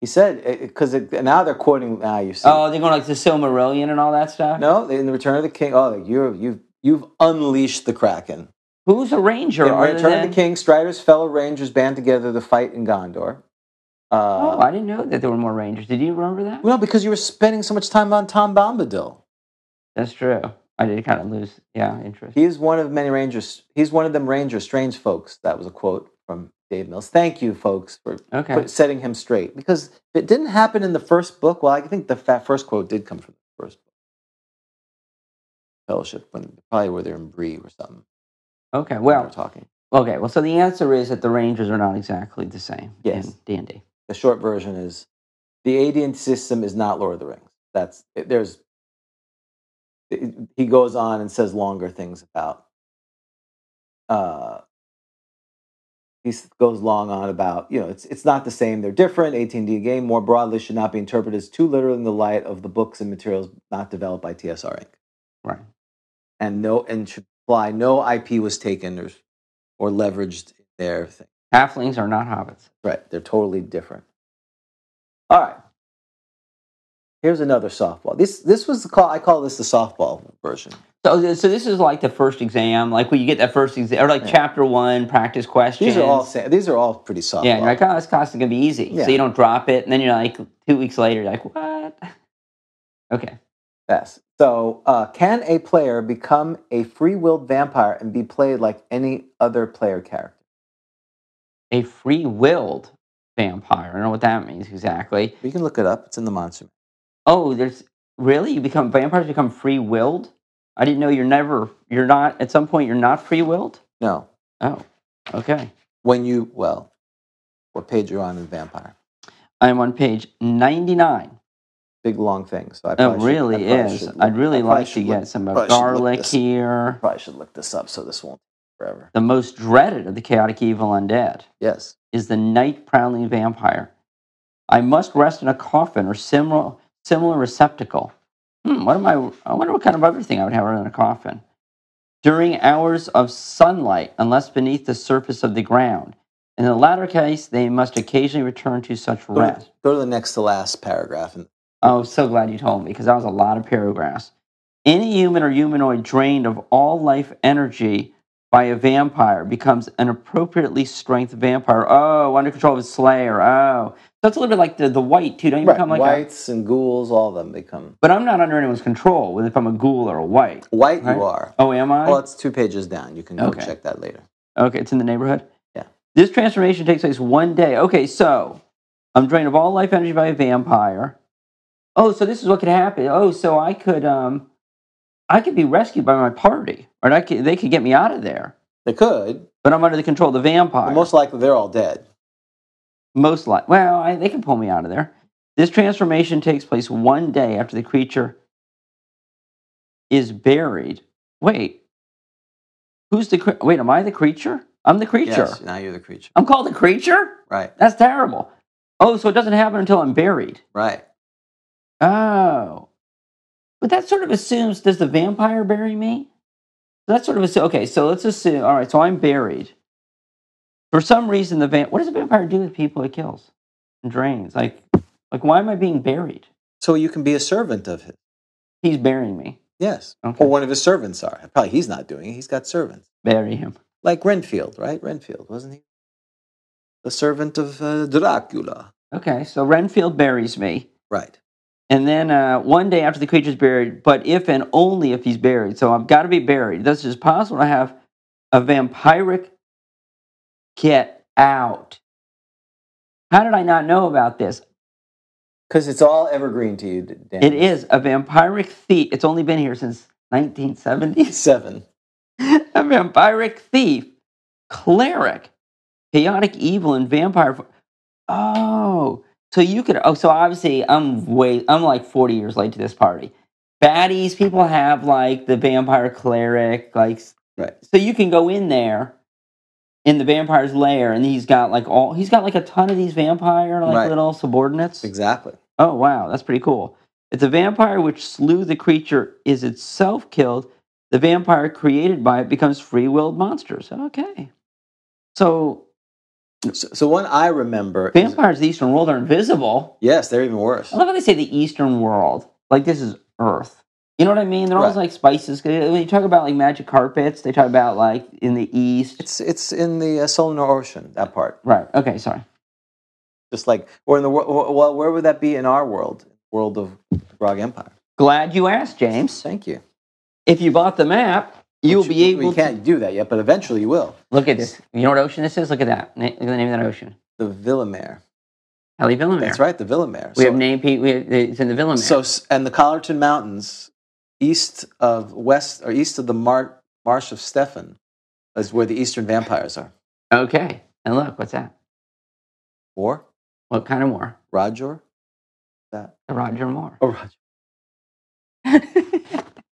he said, uh, because now they're quoting, now you see.
Oh, they're going like the Silmarillion and all that stuff?
No, in the Return of the King. Oh, you're, you've you've unleashed the Kraken.
Who's a ranger?
in
other
Return
than-
of the King, Strider's fellow rangers band together to fight in Gondor. Uh,
Oh, I didn't know that there were more rangers. Did you remember that?
well, because you were spending so much time on Tom Bombadil.
That's true. I did kind of lose, yeah, interest.
He is one of many rangers. He's one of them ranger strange folks. That was a quote from Dave Mills. Thank you, folks, for
Okay.
put, setting him straight. Because if it didn't happen in the first book, well, I think the fa- first quote did come from the first book. Fellowship, when probably where they're in Bree or something.
Okay.
when they
Well,
were talking.
okay. Well, so the answer is that the rangers are not exactly the same
Yes.
in D&D.
the short version is the AD&T system is not Lord of the Rings. That's it- there's it- he goes on and says longer things about uh he s- goes long on about you know it's it's not the same they're different 18d game more broadly should not be interpreted as too literal in the light of the books and materials not developed by TSR Inc
Right.
and no and should apply no IP was taken or or leveraged in their thing
Halflings are not hobbits.
Right. They're totally different. All right. Here's another softball. This this was the call I call this the softball version.
So, th- so this is like the first exam, like when you get that first exam, or like
Yeah.
chapter one practice questions.
These are all sa- these are all pretty softball.
yeah, and you're like, oh, this class is gonna be easy.
Yeah.
So you don't drop it, and then you're like two weeks later, you're like, what? Okay.
Yes. So, uh, can a player become a free-willed vampire and be played like any other player character?
A free willed vampire. I don't know what that means exactly.
You can look it up. It's in the monster.
Oh, there's really you become vampires become free willed? I didn't know you're never you're not at some point you're not free willed?
No.
Oh. Okay.
When you well, what page you're on in vampire?
I'm on page ninety nine.
Big long thing. So I
It
probably should- I
really
probably
is.
should look-
I'd
I
really
probably
like to
should look-
get some
probably
of
should look
garlic
this-
here.
Probably should look this up so this won't take forever.
The most dreaded of the chaotic evil undead
Yes.
is the night prowling vampire. I must rest in a coffin or similar similar receptacle. Hmm, what am I? I wonder what kind of other thing I would have in a coffin. During hours of sunlight, unless beneath the surface of the ground. In the latter case, they must occasionally return to such
Go to-
rest.
Go to the next to last paragraph. And
Oh, so glad you told me because that was a lot of paragraphs. Any human or humanoid drained of all life energy by a vampire becomes an appropriately strength vampire. Oh, under control of his slayer. Oh, that's a little bit like the, the white too. Don't you become like a?
whites and ghouls, all of them become
But I'm not under anyone's control. Whether if I'm a ghoul or a white.
white.
Right.
You are.
Oh, am I?
Well, it's two pages down. You can go
Okay.
check that later.
Okay, it's in the neighborhood.
Yeah.
This transformation takes place one day. Okay, so I'm drained of all life energy by a vampire. Oh, so this is what could happen. Oh, so I could um, I could be rescued by my party, or I could, they could get me out of there.
They could.
But I'm under the control of the vampire.
But most likely, they're all dead.
most like well, I, they can pull me out of there. This transformation takes place one day after the creature is buried. Wait, who's the? cre- Wait, am I the creature? I'm the creature.
Yes. Now you're the creature.
I'm called a creature?
Right.
That's terrible. Oh, so it doesn't happen until I'm buried.
Right.
Oh. But that sort of assumes does the vampire bury me? That sort of assumes. Okay, so let's assume. All right, so I'm buried. For some reason, the vamp. What does a vampire do with people it kills and drains? Like, like why am I being buried?
So you can be a servant of his.
He's burying me.
Yes.
Okay.
Or one of his servants are. Probably he's not doing it. He's got servants.
Bury him.
Like Renfield, right? Renfield, wasn't he? The servant of uh, Dracula.
Okay, so Renfield buries me.
Right.
And then uh, one day after the creature's buried, but if and only if he's buried. So I've got to be buried. Thus, it is possible to have a vampiric get out. How did I not know about this?
Because it's all evergreen to you, Dan.
It is a vampiric thief. It's only been here since 1970s.
Seven.
a vampiric thief, cleric, chaotic evil, and vampire. fo- Oh, so you could. Oh, so obviously, I'm way. I'm like 40 years late to this party. Baddies, people have like the vampire cleric, like s-
Right.
so you can go in there in the vampire's lair, and he's got like all. He's got like a ton of these vampire like
Right.
little subordinates.
Exactly.
Oh wow, that's pretty cool. If the vampire which slew the creature is itself killed, the vampire created by it becomes free willed monsters. Okay. So
So, so one I remember. is-
vampires of the Eastern world are invisible.
yes, they're even worse.
I love how they say the Eastern world. Like this is Earth. You know what I mean? They're always
Right.
like spices. When you talk about like magic carpets, they talk about like in the East.
It's it's in the uh, Solomon Ocean that part.
right. Okay. Sorry.
Just like or in the wor- well, where would that be in our world? World of the Grog Empire.
Glad you asked, James.
Thank you.
If you bought the map, you'll
Which
be able.
We can't do that yet, but eventually you will.
To, look at this. You know what ocean this is? Look at that. Na- Look at the name of that ocean.
The Villamere.
Helly Villamere.
That's right, the Villamere.
We
so,
have named Pete. We have, it's in the Villamere.
so s- and the Collarton Mountains, east of west or east of the Mar- Marsh of Stefan, is where the Eastern vampires are.
okay. And look, what's that?
Or
What kind of war?
Roger.
The Roger Moore.
Oh, Roger.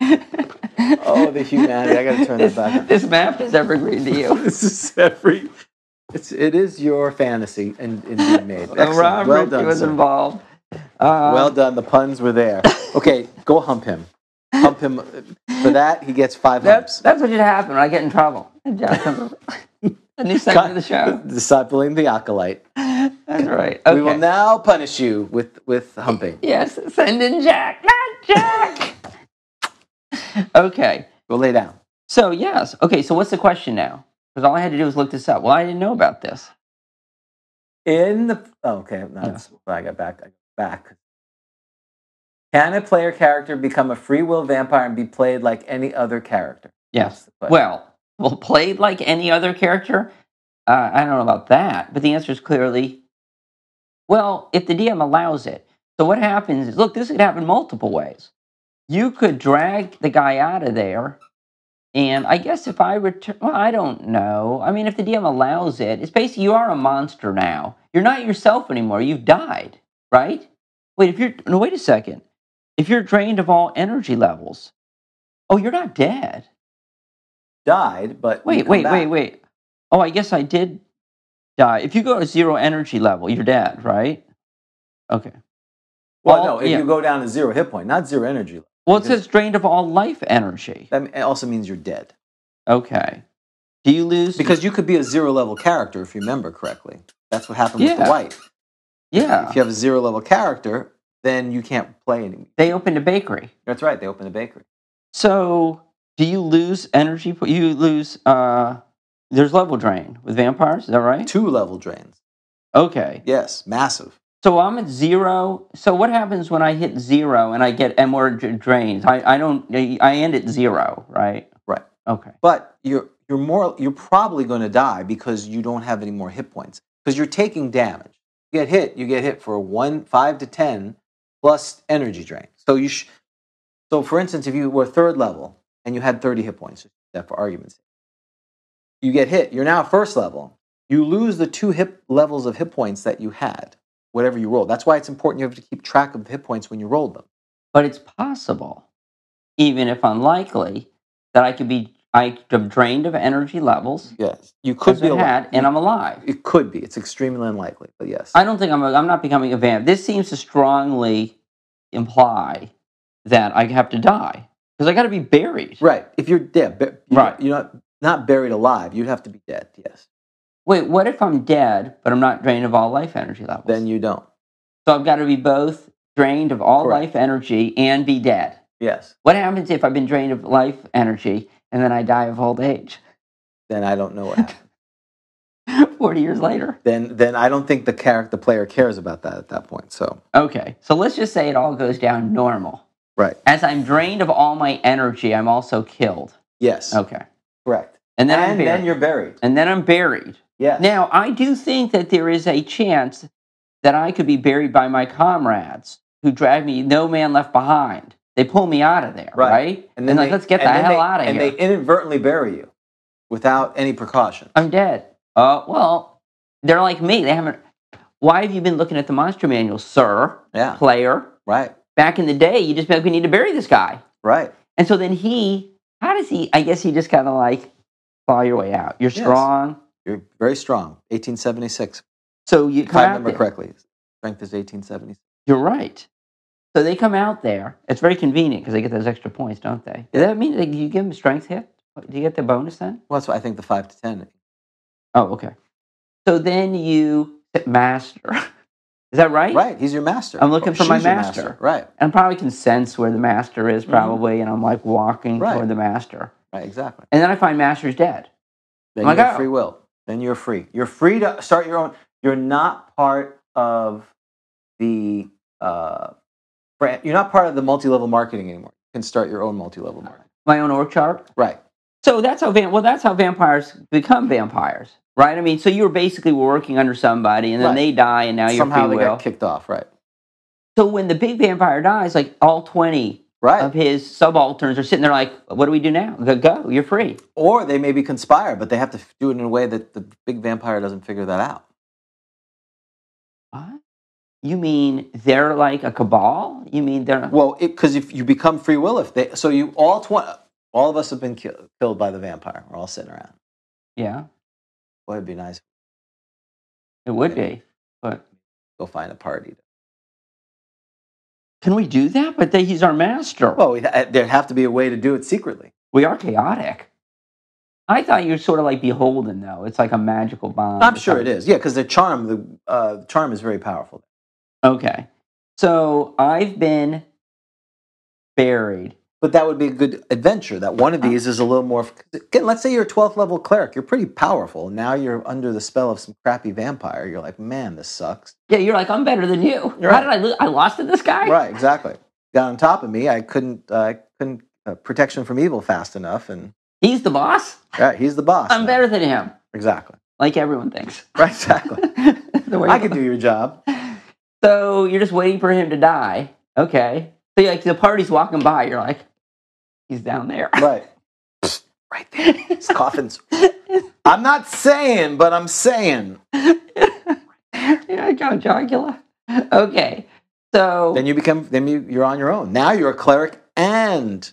oh,
the humanity. I gotta turn that
this,
back on.
This map is evergreen to you.
this is every. It's it is your fantasy and indeed made.
Uh,
Excellent.
Rob
well
Ritchie
done,
was
sir.
involved. Uh,
Well done. The puns were there. Okay, go hump him. Hump him. For that, he gets five
that's
humps.
that's what should happen when I get in trouble. Good job, Tom. A new segment of the show.
Discipling the acolyte.
That's right. Okay.
We will now punish you with with humping.
yes, send in Jack. Not Jack. okay.
We'll lay down.
So yes. Okay. So what's the question now? Because all I had to do was look this up. Well, I didn't know about this.
In the oh, okay, no, it's- I got back. I got back. Can a player character become a free will vampire and be played like any other character?
Yes.
the question.
Well, well, played like any other character. Uh, I don't know about that, but the answer is clearly, well, if the DM allows it. So what happens is, look, this could happen multiple ways. You could drag the guy out of there, and I guess if I return, well, I don't know. I mean, if the DM allows it, it's basically you are a monster now. You're not yourself anymore. You've died, right? Wait, if you're no, wait a second. If you're drained of all energy levels, oh, you're not dead.
Died, but you
Wait,
come
wait,
back.
wait, wait. Oh, I guess I did die. If you go to zero energy level, you're dead, right? Okay.
Well,
All-
no, if
yeah.
you go down to zero hit point, not zero energy. level.
Well, it
Because-
says drained of all life energy.
That it also means you're dead
Okay. Do you lose?
because you could be a zero level character if you remember correctly. That's what happened with
Yeah.
the white.
yeah,
If you have a zero level character, then you can't play anymore.
they opened a bakery.
That's right. They opened a bakery.
So, do you lose energy? po- You lose. uh There's level drain with vampires. Is that right?
Two level drains.
Okay.
Yes, massive.
So I'm at zero. So what happens when I hit zero and I get and we're d- drained? I, I don't. I end at zero, right?
Right.
Okay.
but you're you're more you're probably going to die because you don't have any more hit points because you're taking damage. You get hit, you get hit for one five to ten plus energy drain. So you sh- so for instance, if you were third level and you had thirty hit points, just that for argument's sake, you get hit. You're now first level. You lose the two hip levels of hit points that you had, whatever you rolled. That's why it's important you have to keep track of the hit points when you rolled them.
but it's possible, even if unlikely, that I could be I am drained of energy levels
Yes, you could
as
be
I
alive.
had, and I'm alive.
it could be. It's extremely unlikely, but yes.
I don't think I'm. A, I'm not becoming a vamp. This seems to strongly imply that I have to die because I got to be buried.
Right. If you're dead, bu- you're,
Right.
You're not not buried alive. You'd have to be dead. Yes.
Wait, what if I'm dead, but I'm not drained of all life energy levels?
Then you don't.
so I've got to be both drained of all
Correct.
life energy and be dead.
Yes.
What happens if I've been drained of life energy and then I die of old age,
Then I don't know what happened.
forty years later?
then then I don't think the character the player cares about that at that point. So
Okay, so let's just say it all goes down normal.
right.
As I'm drained of all my energy, I'm also killed.
Yes.
Okay,
Correct.
and then I'm
and
buried.
then you're buried.
and then I'm buried.
Yes.
Now I do think that there is a chance that I could be buried by my comrades who drag me, no man left behind. They pull me out of there, right?
Right.
And then like,
they-
let's get the
and then
hell
they-
out of here.
And they inadvertently bury you without any precaution.
I'm dead.
Oh.
uh, well, they're like me. They haven't. Why have you been looking at the monster manual, sir?
Yeah.
Player.
Right.
Back in the day, you just be like, we need to bury this guy.
Right.
And so then he, how does he? I guess he just kind of like claw your way out. You're
Yes.
strong,
You're very strong. 1876.
so you
If
come
I
out
remember
there.
correctly, strength is 1876.
You're right. So they come out there. It's very convenient because they get those extra points, don't they? Does that mean like, you give them strength hit? Do you get the bonus then?
Well, that's why I think the five to ten.
Oh, okay. So then you hit master. Is that right?
Right, he's your master.
I'm looking
Or
for my
she's your
master.
Right,
And probably can sense where the master is, probably, and I'm like walking
Mm-hmm. Right.
toward the master.
right, exactly.
And then I find master's dead.
Then
Like
you have
I-
free will. Then you're free. You're free to start your own. You're not part of the. Uh, brand. You're not part of the multi-level marketing anymore. You can start your own multi-level marketing.
My own org chart.
Right.
So that's how vamp- well that's how vampires become vampires, right? I mean, so you were basically working under somebody, and then
Right.
they die, and now you're
Somehow
free
they
will.
got kicked off. Right.
So when the big vampire dies, like all twenty
Right.
of his subalterns are sitting there, like, what do we do now? Go, go you're free.
or they maybe conspire, but they have to do it in a way that the big vampire doesn't figure that out.
What? You mean they're like a cabal? You mean they're
Well, because if you become free will, if they so you all twenty, all of us have been kill, killed by the vampire. We're all sitting around.
yeah?
Boy, it'd be nice. to
It would be, but
Go find a party.
can we do that? But they, he's our master.
Well, we, there'd have to be a way to do it secretly.
we are chaotic. I thought you were sort of like beholden, though. It's like a magical bond.
I'm
It's
sure
like-
it is. Yeah, because the charm, the uh, charm is very powerful.
Okay. So I've been buried.
But that would be a good adventure. That one of these is a little more. Again, let's say you're a 12th level cleric. You're pretty powerful. Now you're under the spell of some crappy vampire. You're like, man, this sucks.
Yeah, you're like, I'm better than you.
You're
How
right.
did I lose? I lost to this guy?
Right, exactly. Got on top of me. I couldn't. I couldn't uh, protection from evil fast enough. And
He's the boss?
yeah, he's the boss.
I'm
now.
better than him.
Exactly.
Like everyone thinks.
Right. Exactly.
The way-
I can do your job.
So you're just waiting for him to die. Okay. So you're like the party's walking by, you're like, he's down there.
Right. right there. His coffin's. I'm not saying, but I'm saying.
yeah, I got Jocula. Okay. So
Then you become. Then you, you're on your own. Now you're a cleric and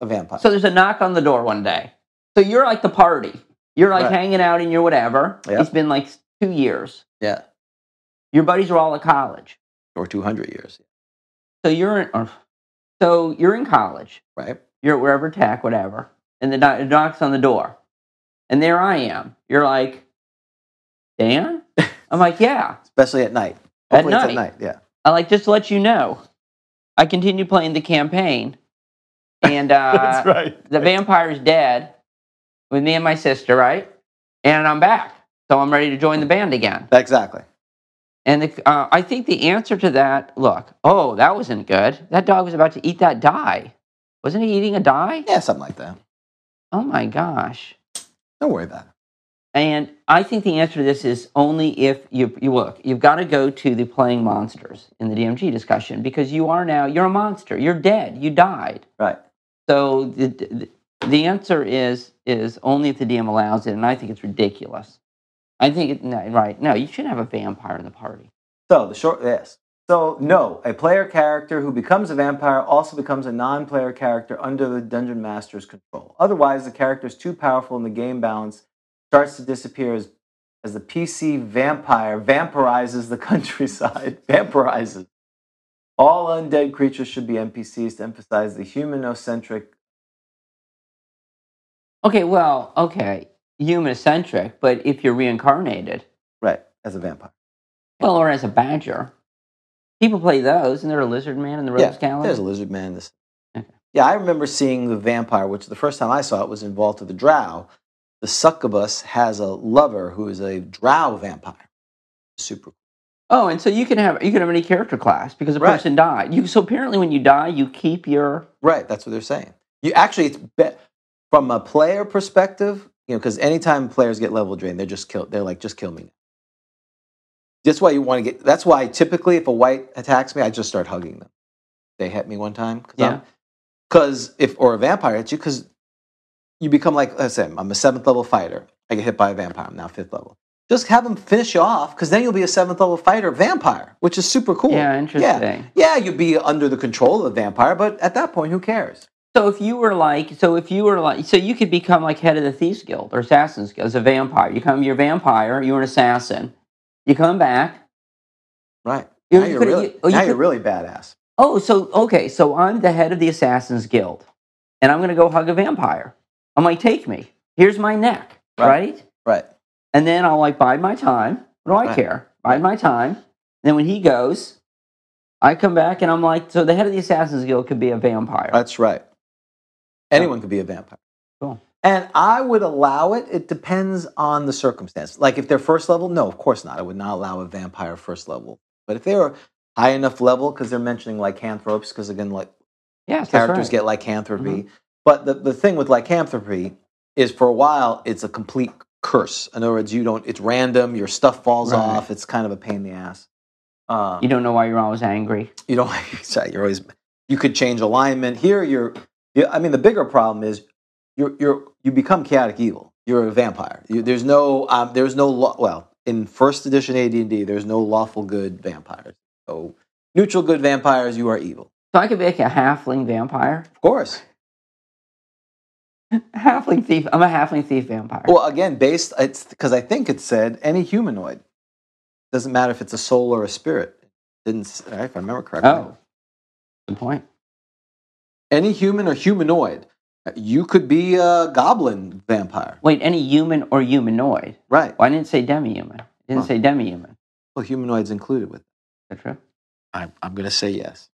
a vampire.
So there's a knock on the door one day. So you're like the party. You're like
Right.
hanging out in your whatever.
Yep.
It's been like two years.
yeah.
Your buddies are all at college.
Or 200 years.
So you're in, or, so you're in college.
Right.
You're at wherever tech, whatever. And the knock- it knocks on the door. And there I am. You're like, Dan? I'm like, yeah.
Especially at night.
At
Hopefully it's at
night.
night. Yeah.
I like just to let you know. I continued playing the campaign. And uh,
right.
the vampire's dead with me and my sister, right? And I'm back. So I'm ready to join the band again.
Exactly.
And the, uh, I think the answer to that look, oh, that wasn't good. That dog was about to eat that die. Wasn't he eating a die?
Yeah, something like that.
Oh my gosh.
Don't worry about it.
And I think the answer to this is only if you, you look, you've got to go to the playing monsters in the DMG discussion because you are now, you're a monster. You're dead. You died.
Right.
So the, the, the answer is is only if the DM allows it, and I think it's ridiculous. I think it, no, right? No, you shouldn't have a vampire in the party.
So the short yes. So no, a player character who becomes a vampire also becomes a non-player character under the dungeon master's control. Otherwise, the character is too powerful and the game balance starts to disappear as, as the PC vampire vampirizes the countryside. vampirizes. All undead creatures should be NPCs to emphasize the humanocentric.
Okay, well, okay, human-centric, but if you're reincarnated,
Right, as a vampire.
well, or as a badger, people play those, and they're a lizard man in the Rose Gallery.
there's a lizard man. in This.
Okay.
Yeah, I remember seeing the vampire, which the first time I saw it was in Vault of the Drow. The succubus has a lover who is a drow vampire. Super.
oh, and so you can have you can have any character class because a
Right.
person died. You so apparently when you die, you keep your
Right, that's what they're saying. You actually, it's be- from a player perspective, you know, because anytime players get level drained, they're just killed. They're like, just kill me. That's why you want to get. That's why typically, if a white attacks me, I just start hugging them. They hit me one time. Cause
yeah.
because if or a vampire hits you because you become like let's say i'm a seventh level fighter i get hit by a vampire i'm now fifth level just have them finish you off because then you'll be a seventh level fighter vampire which is super cool
Yeah, interesting.
yeah, yeah you'll be under the control of the vampire but at that point who cares
So if you were like, so if you were like, so you could become like head of the thieves guild or assassins guild as a vampire. You come, you're a vampire, you're an assassin. You come back.
right
You-
now
you
you are
could-
really
you- or you
now
could-
you're really badass
Oh, so okay, so I'm the head of the Assassin's Guild, and I'm gonna go hug a vampire. I'm like, take me. Here's my neck,
Right.
right?
Right.
And then I'll like bide my time. What do I
Right.
care? Bide my time. Then when he goes, I come back and I'm like, so the head of the Assassin's Guild could be a vampire.
That's right. Anyone could be a vampire.
Cool.
And I would allow it. It depends on the circumstance. Like if they're first level, no, of course not. I would not allow a vampire first level. But if they are high enough level, because they're mentioning lycanthropes, because again, like
yes, that's
characters
right.
get
Mm-hmm.
lycanthropy. But the, the thing with lycanthropy is for a while it's a complete curse. In other words, you don't it's random, your stuff falls
Right.
off, it's kind of a pain in the ass. Um,
You don't know why you're always angry.
you don't sorry, you're always you could change alignment. Here you're you, I mean the bigger problem is you're you're you become chaotic evil. You're a vampire. You, there's no um, there's no law well, in first edition AD&D there's no lawful good vampires. So neutral good vampires you are evil.
So I could be like a halfling vampire.
Of course.
Halfling thief. I'm a halfling thief vampire.
Well, again, based it's because I think it said any humanoid doesn't matter if it's a soul or a spirit. Didn't s- if I remember correctly.
oh, good point.
any human or humanoid, you could be a goblin vampire,
Wait, any human or humanoid?
right?
Well, I didn't say demi-human. I didn't
Huh.
say demi-human. Is
Well, humanoids included with. It.
that true?
I'm I'm gonna say yes.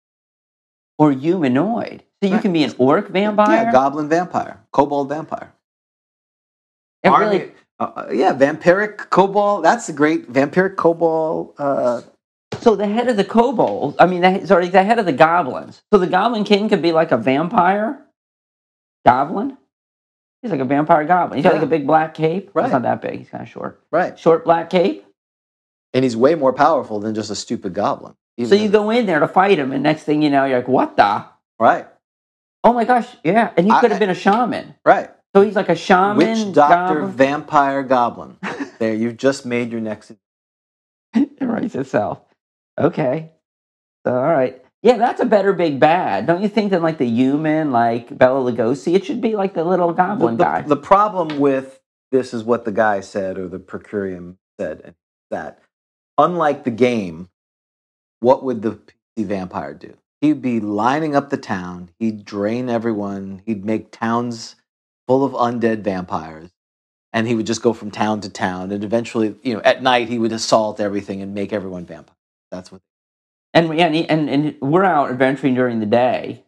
Or humanoid. So you
Right.
can be an orc vampire.
Yeah, goblin vampire, kobold vampire.
It
Army-
really,
uh, uh, yeah, vampiric kobold. That's the great vampiric kobold. Uh,
so the head of the kobolds. I mean, the, sorry, the head of the goblins. So the goblin king could be like a vampire goblin. He's like a vampire goblin. He's got like
Yeah.
a big black cape.
Right.
It's not that big. He's kind of short.
right,
Short black cape.
and he's way more powerful than just a stupid goblin.
So
Even
you
if-
go in there to fight him, and next thing you know, you're like, what the?
right,
Oh my gosh, yeah. And he
I-
could have been a shaman.
right.
So he's like a shaman.
Witch Doctor
goblin.
Vampire Goblin. there, you've just made your next.
it writes itself. Okay. So, all right. Yeah, that's a better big bad, don't you think? Than like the human, like Bella Lugosi. It should be like the little
The,
goblin guy.
the, the problem with this is what the guy said or the Procurium said, and that unlike the game, what would the PC vampire do? He'd be lining up the town. He'd drain everyone. He'd make towns full of undead vampires. And he would just go from town to town. And eventually, you know, at night, he would assault everything and make everyone vampire. That's what.
and, yeah, and, he- and and we're out adventuring during the day,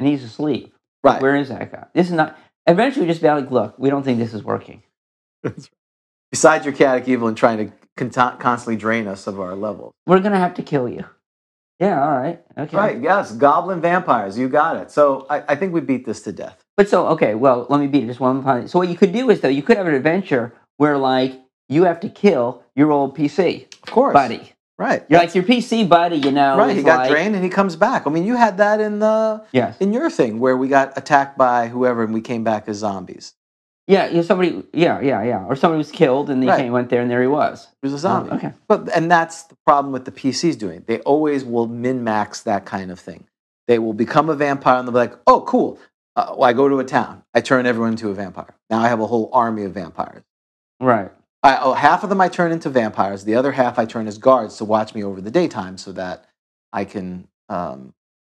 and he's asleep.
Right.
Where is that guy? This is not. Eventually, we just be like, look, we don't think this is working.
besides your chaotic evil and trying to con- constantly drain us of our level.
We're gonna have to kill you. Yeah. All right. Okay.
Right, yes, goblin vampires, you got it. So I, I think we beat this to death.
But so okay, well, let me beat it just one time. So what you could do is though, you could have an adventure where like you have to kill your old PC
Of course.
buddy.
Right.
You're like your PC buddy, you know.
right,
is
he got
like,
drained and he comes back. I mean, you had that in the
Yes.
in your thing where we got attacked by whoever and we came back as zombies.
Yeah, you know, somebody. Yeah, yeah, yeah. Or somebody was killed, and they
Right.
came, went there, and there he was.
It was a zombie.
Oh, okay.
But and that's the problem with the PCs doing. it. They always will min max that kind of thing. They will become a vampire and they'll be like, "Oh, cool. Uh, well, I go to a town. I turn everyone into a vampire. Now I have a whole army of vampires."
Right.
I, oh, half of them I turn into vampires. The other half I turn as guards to watch me over the daytime, so that I can um,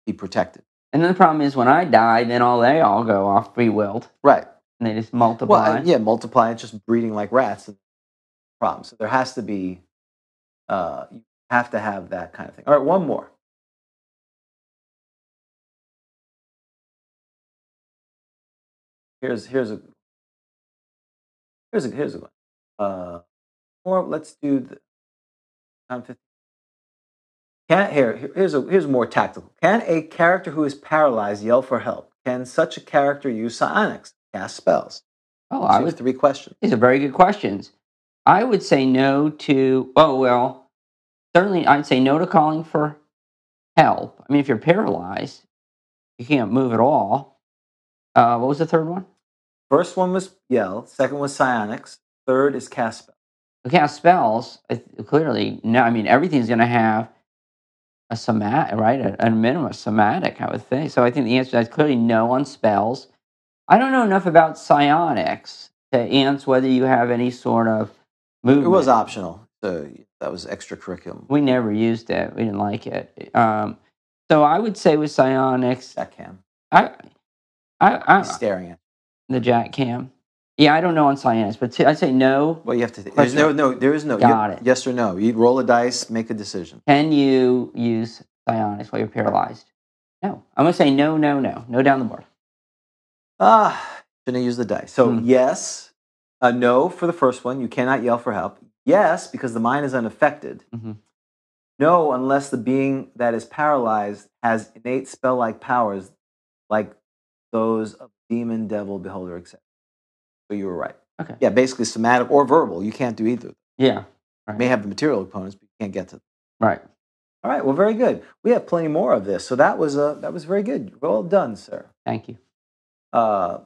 be protected.
And then the problem is when I die, then all they all go off free willed,
Right.
and they just
Well,
multiply.
uh, yeah, multiply. It's just breeding like rats. and Problem. So there has to be. Uh, you have to have that kind of thing. All right, one more. Here's here's a here's a here's a one. Uh, or let's do the um, fif- Can here here- here's a here's more tactical. Can a character who is paralyzed yell for help? Can such a character use psionics? Cast spells.
oh, I
These are
would.
three questions.
These are very good questions. I would say no to. Oh well, certainly I'd say no to calling for help. I mean, if you're paralyzed, you can't move at all. Uh, what was the third one?
First one was yell. Second was psionics. Third is cast spells.
cast spells I th- clearly no i mean everything's going to have a somatic right a, a minimum somatic i would think so i think the answer to that is clearly no on spells i don't know enough about psionics to answer whether you have any sort of movement
It was optional, so that was extracurriculum.
we never used it we didn't like it um, So I would say with psionics,
Jack Ham.
I, I,
He's
I
staring at.
the jack cam. Yeah, I don't know on psionics, but t- I'd say no.
Well, you have to. There's no, no, there is no.
Got
you-
it.
Yes or no. You roll a dice, make a decision.
Can you use psionics while you're paralyzed? No. I'm gonna say no, no, no, no down the board.
Ah, shouldn't have used the dice. So
Hmm.
yes, a no for the first one. You cannot yell for help. Yes, because the mind is unaffected.
Mhm.
No, unless the being that is paralyzed has innate spell-like powers, like those of demon, devil, beholder, etc. So you were right.
Okay.
Yeah, basically somatic or verbal. You can't do either.
Yeah.
You may have the material components, but you can't get to. Them.
Right.
All right. Well, very good. We have plenty more of this. So that was uh, that was very good. Well done, sir.
Thank you.
Uh,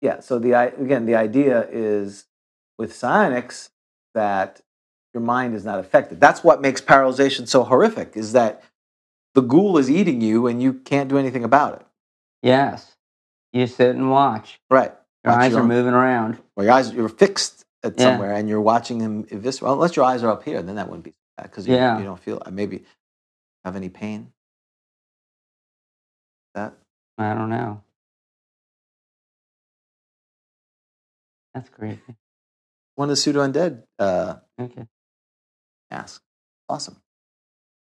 yeah. So the i- again, the idea is with psionics that your mind is not affected. That's what makes paralyzation so horrific. Is that the ghoul is eating you and you can't do anything about it.
Yes. You sit and watch.
Right.
Your
Watch
eyes
your
are
own-
moving around.
Well, your eyes you're fixed at
Yeah.
somewhere and you're watching him eviscerate. Unless your eyes are up here, then that wouldn't be bad because you,
Yeah.
you don't feel uh, maybe have any pain. That
I don't know. That's great.
one of the pseudo undead uh,
Okay.
masks. Awesome. It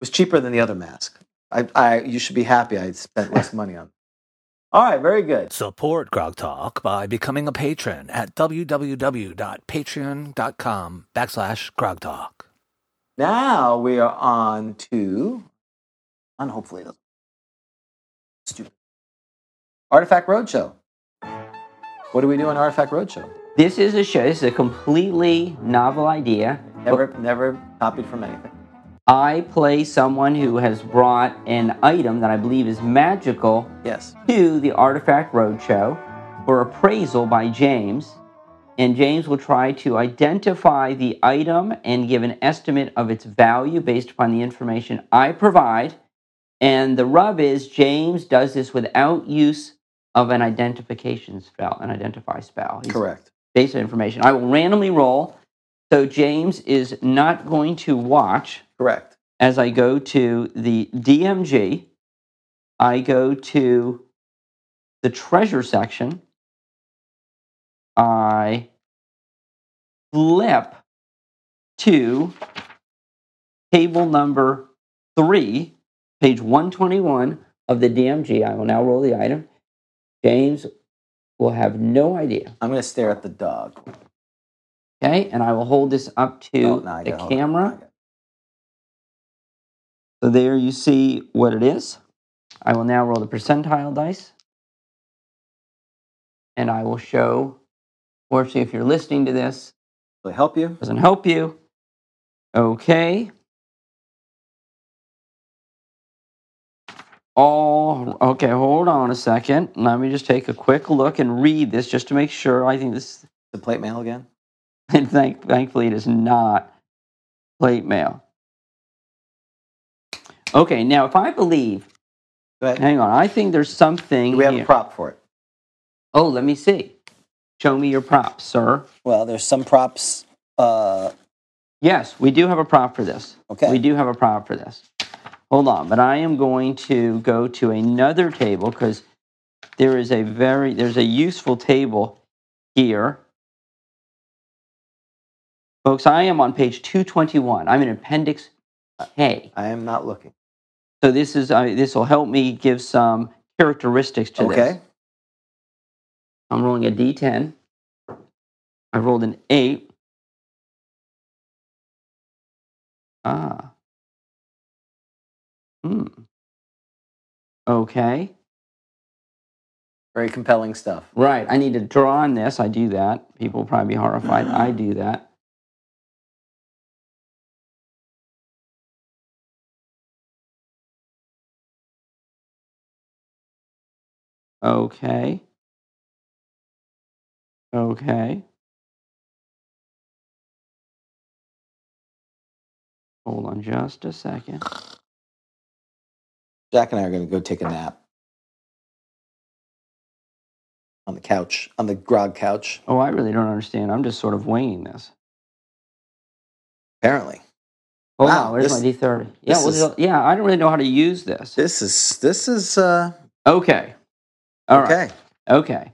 was cheaper than the other mask. I, I you should be happy I spent less money on. it. All right, very good.
Support Grog Talk by becoming a patron at www.patreon.com backslash Grog Talk.
Now we are on to, on hopefully it doesn't. Stupid. Artifact Roadshow. What do we do on Artifact Roadshow?
This is a show. This is a completely novel idea.
Never, never copied from anything.
I play someone who has brought an item that I believe is magical
Yes.
to the Artifact Roadshow for appraisal by James. And James will try to identify the item and give an estimate of its value based upon the information I provide. And the rub is James does this without use of an identification spell, an identify spell. He's
Correct.
Based on information. I will randomly roll. So James is not going to watch
Correct.
as I go to the DMG, I go to the treasure section. I flip to table number three, page 121 of the DMG. I will now roll the item. James will have no idea.
I'm going to stare at the dog.
Okay. And I will hold this up to
Oh, no, I
the
gotta hold on.
camera.
I gotta-
So there you see what it is. I will now roll the percentile dice. And I will show, or see if you're listening to this,
Will it help you?
doesn't help you. Okay. All okay, hold on a second. Let me just take a quick look and read this just to make sure. I think this
The plate mail again?
and thank, thankfully it is not plate mail. Okay, now if I believe
Go ahead.
Hang on. I think there's something.
Do we have
here.
a prop for it?
Oh, let me see. Show me your prop, sir.
Well, there's some props. Uh,
Yes, we do have a prop for this.
okay.
We do have a prop for this. Hold on, but I am going to go to another table because there is a very there's a useful table here. Folks, I am on page 221. I'm in appendix K.
I am not looking.
So this is uh, this will help me give some characteristics to this.
Okay.
I'm rolling a d10. I rolled an 8. Ah. Hmm. Okay.
Very compelling stuff.
Right. I need to draw on this. I do that. People will probably be horrified. I do that. Okay. Okay. Hold on just a second.
Jack and I are going to go take a nap on the couch, on the grog couch,
Oh, I really don't understand. I'm just sort of winging this.
apparently.
Hold
Wow,
on, where's
this-
my D thirty? Yeah,
this
well,
is-
yeah, I don't really know how to use this.
This is this is uh,
Okay. All right.
okay.
Okay.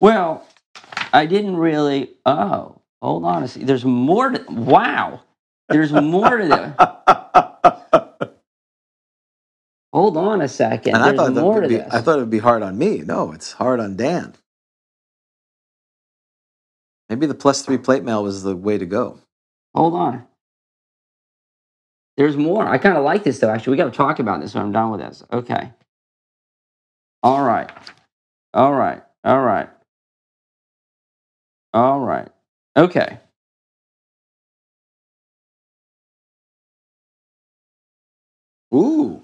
Well, I didn't really. Oh, hold on a second. There's more to. Wow. There's more to this. Hold on a second.
and I
There's
thought that
more to
would be,
this.
I thought it would be hard on me. No, it's hard on Dan. Maybe the plus three plate mail was the way to go.
hold on. There's more. I kind of like this though. Actually, we got to talk about this when I'm done with this. Okay. All right. All right. All right. All right. Okay.
Ooh.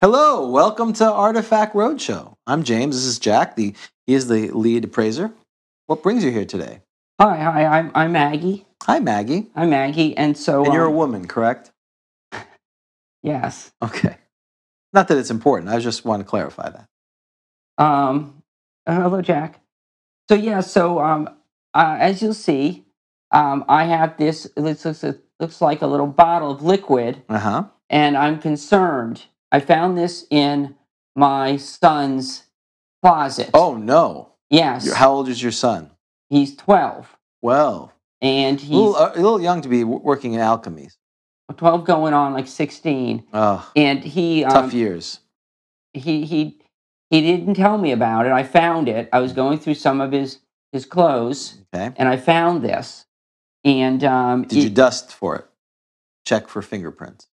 Hello, welcome to Artifact Roadshow. I'm James. This is Jack. The he is the lead appraiser. What brings you here today?
Hi. Hi. I'm I'm Maggie.
Hi, Maggie.
I'm Maggie, and so
And you're a
um,
woman, correct?
yes.
Okay. Not that it's important. I just want to clarify that.
Um, uh, hello, Jack. So yeah, so um, uh, as you'll see, um, I have this. It looks, looks it looks like a little bottle of liquid,
Uh huh.
and I'm concerned. I found this in my son's closet.
Oh no.
yes,
Your- How old is your son?
he's twelve,
Well,
and
a
he's
little, uh, a little young to be w- working in alchemies.
twelve going on like sixteen,
Oh,
and he um,
tough years.
he he he didn't tell me about it. I found it. I was going through some of his his clothes.
Okay.
and I found this. And um,
Did you
it-
dust for it? Check for fingerprints.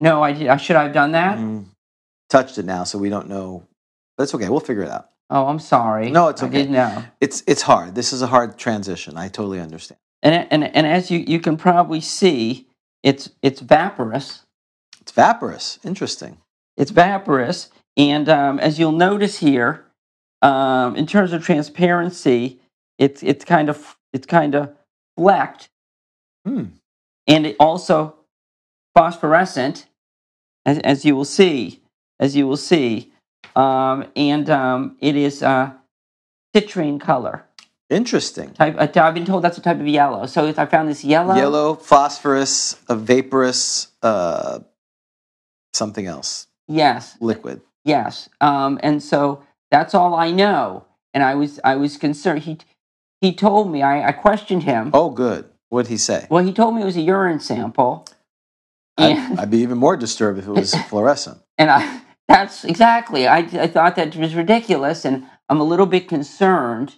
no, I did. I should I have done that.
Mm. Touched it now, so we don't know. That's okay. We'll figure it out.
Oh, I'm sorry.
No, it's okay.
I didn't know.
It's it's hard. This is a hard transition. I totally understand.
And and and as you you can probably see, it's it's vaporous.
It's vaporous. Interesting.
It's vaporous. And um, as you'll notice here, um, in terms of transparency, it's it's kind of it's kind of flecked,
Hmm.
and it also phosphorescent, as as you will see, as you will see, um, and um, it is uh, citrine color.
Interesting.
Type, uh, I've been told that's a type of yellow. So if I found this yellow,
Yellow, phosphorus, a vaporous, uh, something else,
yes,
liquid.
Yes, um, and so that's all I know. And I was I was concerned. He he told me I, I questioned him.
Oh, good. What'd he say?
Well, he told me it was a urine sample,
I'd,
and,
I'd be even more disturbed if it was fluorescent.
and I that's exactly. I I thought that was ridiculous, and I'm a little bit concerned.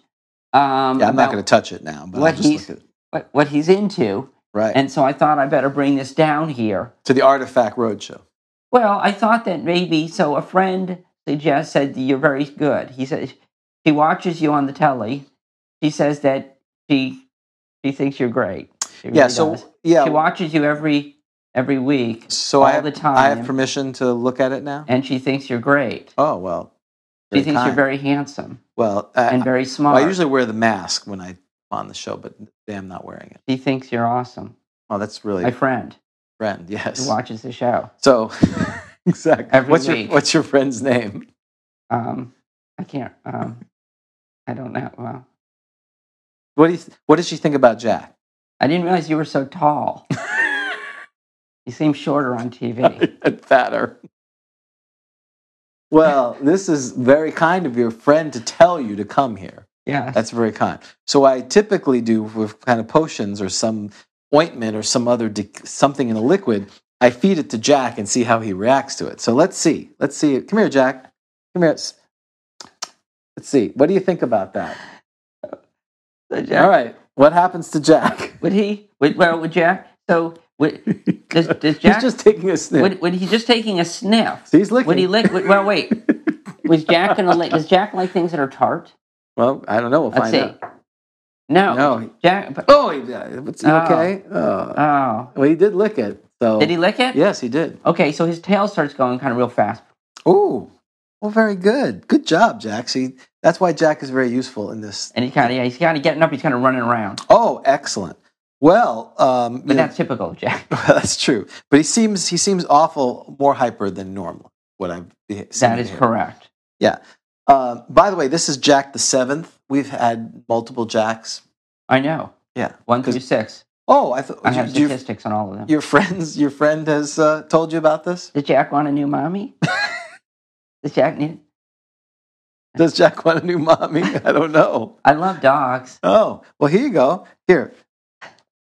Um,
Yeah, I'm not
about
going to touch it now, but
what
I'll just
he's-
look at it.
what, what he's into,
Right.
and so I thought I better bring this down here.
to the Artifact Roadshow.
Well, I thought that maybe so. A friend suggest said you're very good. He said she watches you on the telly. She says that she she thinks you're great. She really
yeah, so,
does.
yeah.
she watches you every every week,
so
all
I have,
the time,
I have permission to look at it now?
and she thinks you're great.
Oh, well.
She
very
thinks
kind.
you're very handsome
Well, uh, I,
and very
well,
smart.
I usually wear the mask when I'm on the show, but today I'm not wearing it.
she thinks you're awesome.
Well, that's really
My friend
friend,
who
yes.
watches the show.
So, exactly.
Every
what's, your,
week.
what's your friend's name?
Um, I can't. Um, I don't know. Well,
What, do you th- what does she think about Jack?
I didn't realize you were so tall. you seem shorter on TV.
and fatter. Well, this is very kind of your friend to tell you to come here.
Yes.
That's very kind. So I typically do with kind of potions or some ointment or some other de- something in a liquid. I feed it to Jack and see how he reacts to it. So let's see. Let's see. Come here, Jack. Come here. S- Let's see. What do you think about that?
So Jack,
All right. What happens to Jack?
Would he? Would, well, would Jack? So would, does, does Jack?
He's just taking a sniff.
would, would he just taking a sniff?
so he's licking.
Would he lick? Would, well, wait. Was Jack gonna lick? Does Jack like things that are tart?
well, I don't know. We'll
Let's
find
see.
out.
No.
No.
Jack. But,
Oh, he, uh, it's
Oh.
okay. Oh.
oh.
Well, he did lick it. So
Did he lick it?
Yes, he did.
Okay, so his tail starts going kind of real fast.
Ooh. Well, very good. Good job, Jack. See, that's why Jack is very useful in this.
And he kind of yeah, he's kind of getting up. He's kind of running around.
Oh, excellent. Well, um, you
But
know-
that's typical of Jack.
that's true. But he seems he seems awful more hyper than normal. What I've be- seen
That is
here.
correct.
Uh, by the way, this is Jack the seventh. We've had multiple Jacks.
I know.
Yeah.
One through six.
Oh, I thought
I have
you, you,
statistics on all of them.
your friends. Your friend has uh, told you about this.
Does Jack want a new mommy? Does Jack need?
Does Jack want a new mommy? I don't know.
I love dogs.
Oh, well, here you go. Here,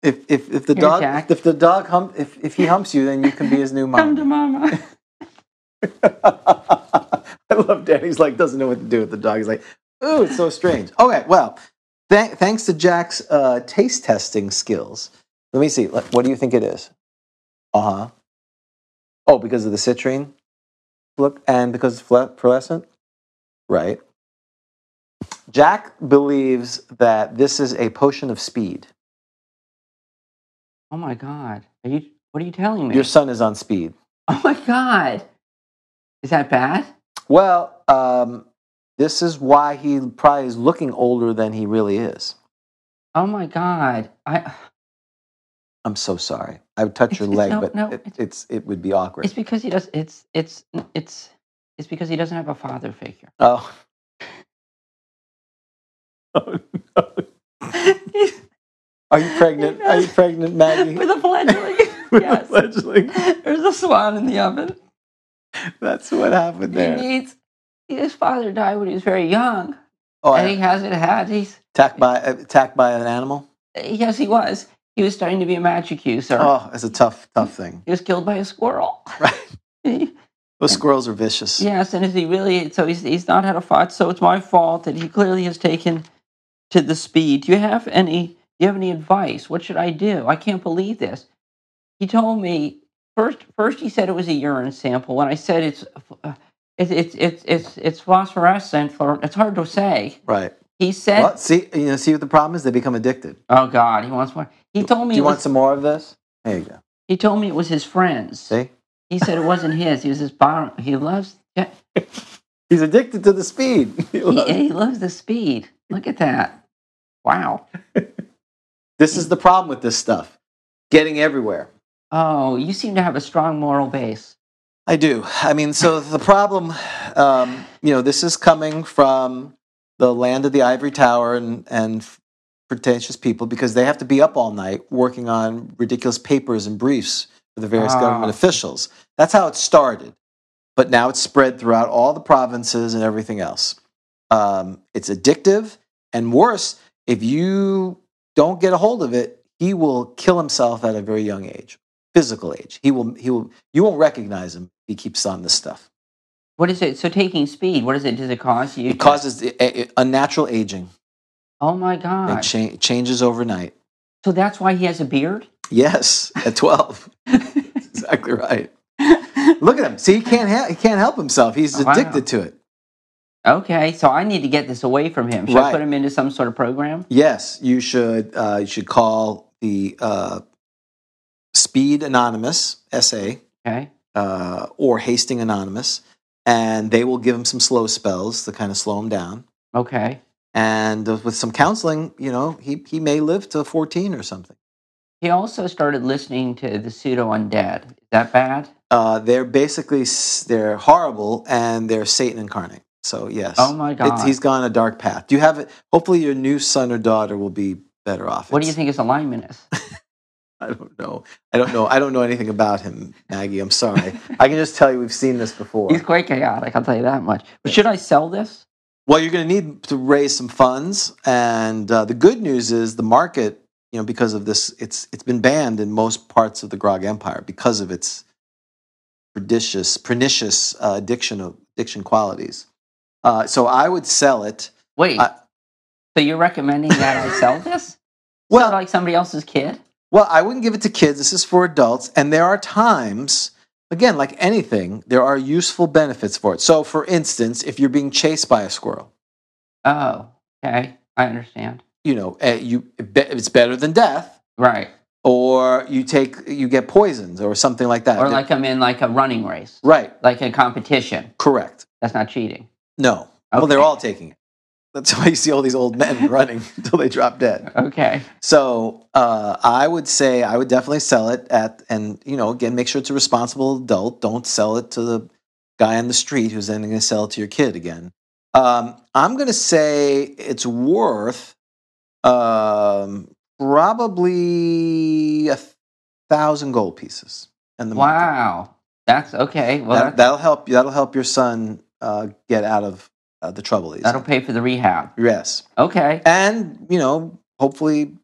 if if, if the
Here,
dog
Jack.
if the dog hump if, if he humps you, then you can be his new
Come to
mom.
mama.
I love Danny's like doesn't know what to do with the dog. He's like, ooh, it's so strange. Okay, well, th- thanks to Jack's uh, taste testing skills. Let me see. Let- What do you think it is? Uh huh. Oh, because of the citrine. Look, and because it's fla- fluorescent. Right. Jack believes that this is a potion of speed.
Oh my god. Are you? What are you telling me?
Your son is on speed.
oh my god. Is that bad?
Well, um, this is why he probably is looking older than he really is.
Oh my god. I.
I'm so sorry. I would touch
It's-
your
it's
leg,
no-
but
no,
it,
it's-
it's it would be awkward.
It's because he does. It's it's it's it's because he doesn't have a father figure.
oh, are you pregnant? Are you pregnant, Maggie?
With a fledgling.
With the
yes.
fledgling.
There's a swan in the oven.
That's what happened
He
there.
needs. His father died when he was very young,
Oh,
and he
I-
hasn't had. He's
attacked by attacked by an animal.
yes, he was. He was starting to be a magic user.
Oh, it's a tough,
Mm-hmm.
tough thing.
He was killed by a squirrel.
Right. Those squirrels are vicious.
yes, and is he really? So he's he's not had a fight. So it's my fault that he clearly has taken to the speed. Do you have any? Do you have any advice? What should I do? I can't believe this. He told me first. First, he said it was a urine sample. When I said it's. Uh, it's it's it's it's it's phosphorescent. fluor- It's hard to say.
Right.
He said,
Well, see, you know, see what the problem is? They become addicted.
"Oh God, he wants more." He told
Do
me.
you
it
want
was-
some more of this? There you go.
He told me it was his friends.
See,
He said it wasn't his. He was his bottom. He loves. Yeah,
he's addicted to the speed. He
he,
loves-
he loves the speed. Look at that. Wow.
This is the problem with this stuff. Getting everywhere.
Oh, you seem to have a strong moral base.
I do. I mean, so the problem, um, you know, this is coming from the land of the ivory tower and, and pretentious people because they have to be up all night working on ridiculous papers and briefs for the various
Ah.
government officials. That's how it started. But now it's spread throughout all the provinces and everything else. Um, it's addictive. And worse, if you don't get a hold of it, he will kill himself at a very young age, physical age. He will, he will, you won't recognize him if he keeps on this stuff.
What is it? So taking speed, what is it? Does it cause you?
It causes a- a- unnatural aging.
oh my
It
God.
cha- changes overnight.
so that's why he has a beard.
Yes, at 12. That's exactly right. Look at him. See, he can't, ha- he can't help himself. He's
Wow.
addicted to it.
Okay, so I need to get this away from him. Should I
Right.
put him into some sort of program?
Yes, you should. Uh, you should call the uh, Speed Anonymous SA
Okay.
uh, or Hasting Anonymous, and they will give him some slow spells to kind of slow him down.
Okay.
And uh, with some counseling, you know, he he may live to fourteen or something.
He also started listening to the pseudo undead. Is that bad?
Uh, they're basically s- they're horrible and they're Satan incarnate. So yes,
Oh my God.
It's, he's gone a dark path. Do you have it? Hopefully, your new son or daughter will be better off.
What
It's-
do you think his alignment is?
I don't know. I don't know. I don't know anything about him, Maggie. I'm sorry. I can just tell you we've seen this before.
He's quite chaotic, I'll tell you that much. But should I sell this?
Well, you're going to need to raise some funds, and uh, the good news is the market, you know, because of this, it's it's been banned in most parts of the Grog Empire because of its pernicious pernicious uh, addiction of addiction qualities. Uh, so I would sell it.
Wait.
I-
so you're recommending that I sell this? Well,
Well,
like somebody else's kid?
Well, I wouldn't give it to kids. This is for adults. And there are times, again, like anything, there are useful benefits for it. So, for instance, if you're being chased by a squirrel,
Oh, okay. I understand.
you know, eh, you, it be- it's better than death,
Right.
or you take, you get poisoned or something like that.
Or like I'm in like a running race,
right,
like a competition.
correct.
That's not cheating.
No. Well, they're
Okay.
all taking it. That's why you see all these old men running until they drop dead.
Okay.
So uh, I would say I would definitely sell it at, and you know, again, make sure it's a responsible adult. Don't sell it to the guy on the street who's then going to sell it to your kid again. Um, I'm going to say it's worth um, probably a thousand gold pieces. And the market.
Wow. That's okay. Well,
that, that'll help. That'll help your son uh, get out of uh, the trouble. easily.
that'll pay for the rehab.
yes,
Okay.
and you know, hopefully,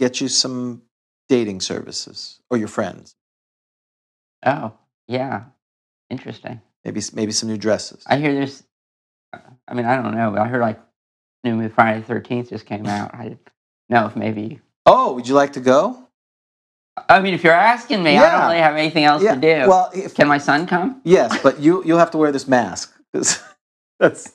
get you some dating services or your friends.
Oh, yeah. Interesting.
Maybe maybe some new dresses.
I hear there's, I mean, I don't know. but I heard like new movie Friday the 13th just came out. I didn't know if maybe,
oh, would you like to go?
I mean, if you're asking me, I
Yeah.
don't really have anything else to do.
Well, if,
Can my son come?
yes, but you you'll have to wear this mask 'cause that's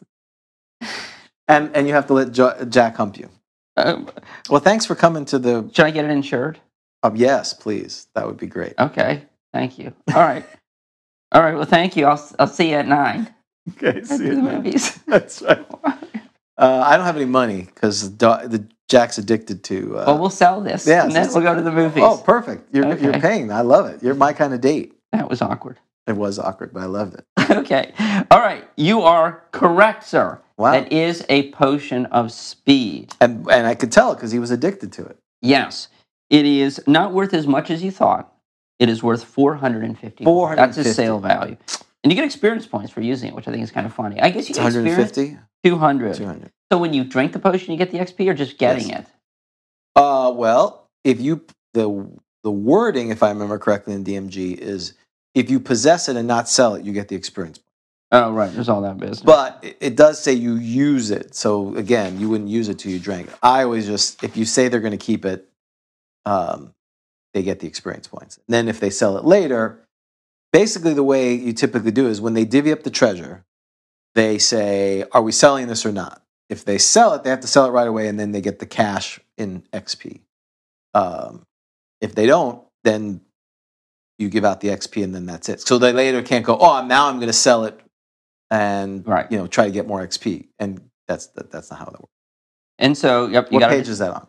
and and you have to let jo- Jack hump you.
Uh,
Well, thanks for coming to the.
should I get it insured?
Um, yes, please. That would be great.
Okay. Thank you. All right. All right. Well, thank you. I'll, I'll see you at nine.
Okay,
Let's do the movies.
That's right. Uh, I don't have any money because the, the Jack's addicted to. Uh,
Well, we'll sell this.
Yes.
And then we'll go to the movies.
oh, perfect! You're,
Okay.
you're paying. I love it. You're my kind of date.
That was awkward.
It was awkward, but I loved it.
okay. All right. You are correct, sir.
Wow.
That is a potion of speed.
And and I could tell because he was addicted to it.
Yes. It is not worth as much as you thought. It is worth 450. That's its
450.
sale value. And you get experience points for using it, which I think is kind of funny. I guess you
It's
get experience
150,
200.
200.
So when you drink the potion, you get the XP or just getting
Yes.
it?
Uh, well, if you the the wording, if I remember correctly in DMG, is if you possess it and not sell it, you get the experience.
Oh, right. There's all that business.
But it- it does say you use it. So again, you wouldn't use it till you drank. it. I always just if you say they're going to keep it, um, they get the experience points. And then if they sell it later, basically the way you typically do is when they divvy up the treasure, they say, "Are we selling this or not?" If they sell it, they have to sell it right away, and then they get the cash in XP. Um, if they don't, then you give out the XP, and then that's it. So they later can't go, "Oh, now I'm going to sell it," and
Right.
you know try to get more XP, and that's that, that's not how that works.
and so, yep, you
What
got
page
to.
is that on?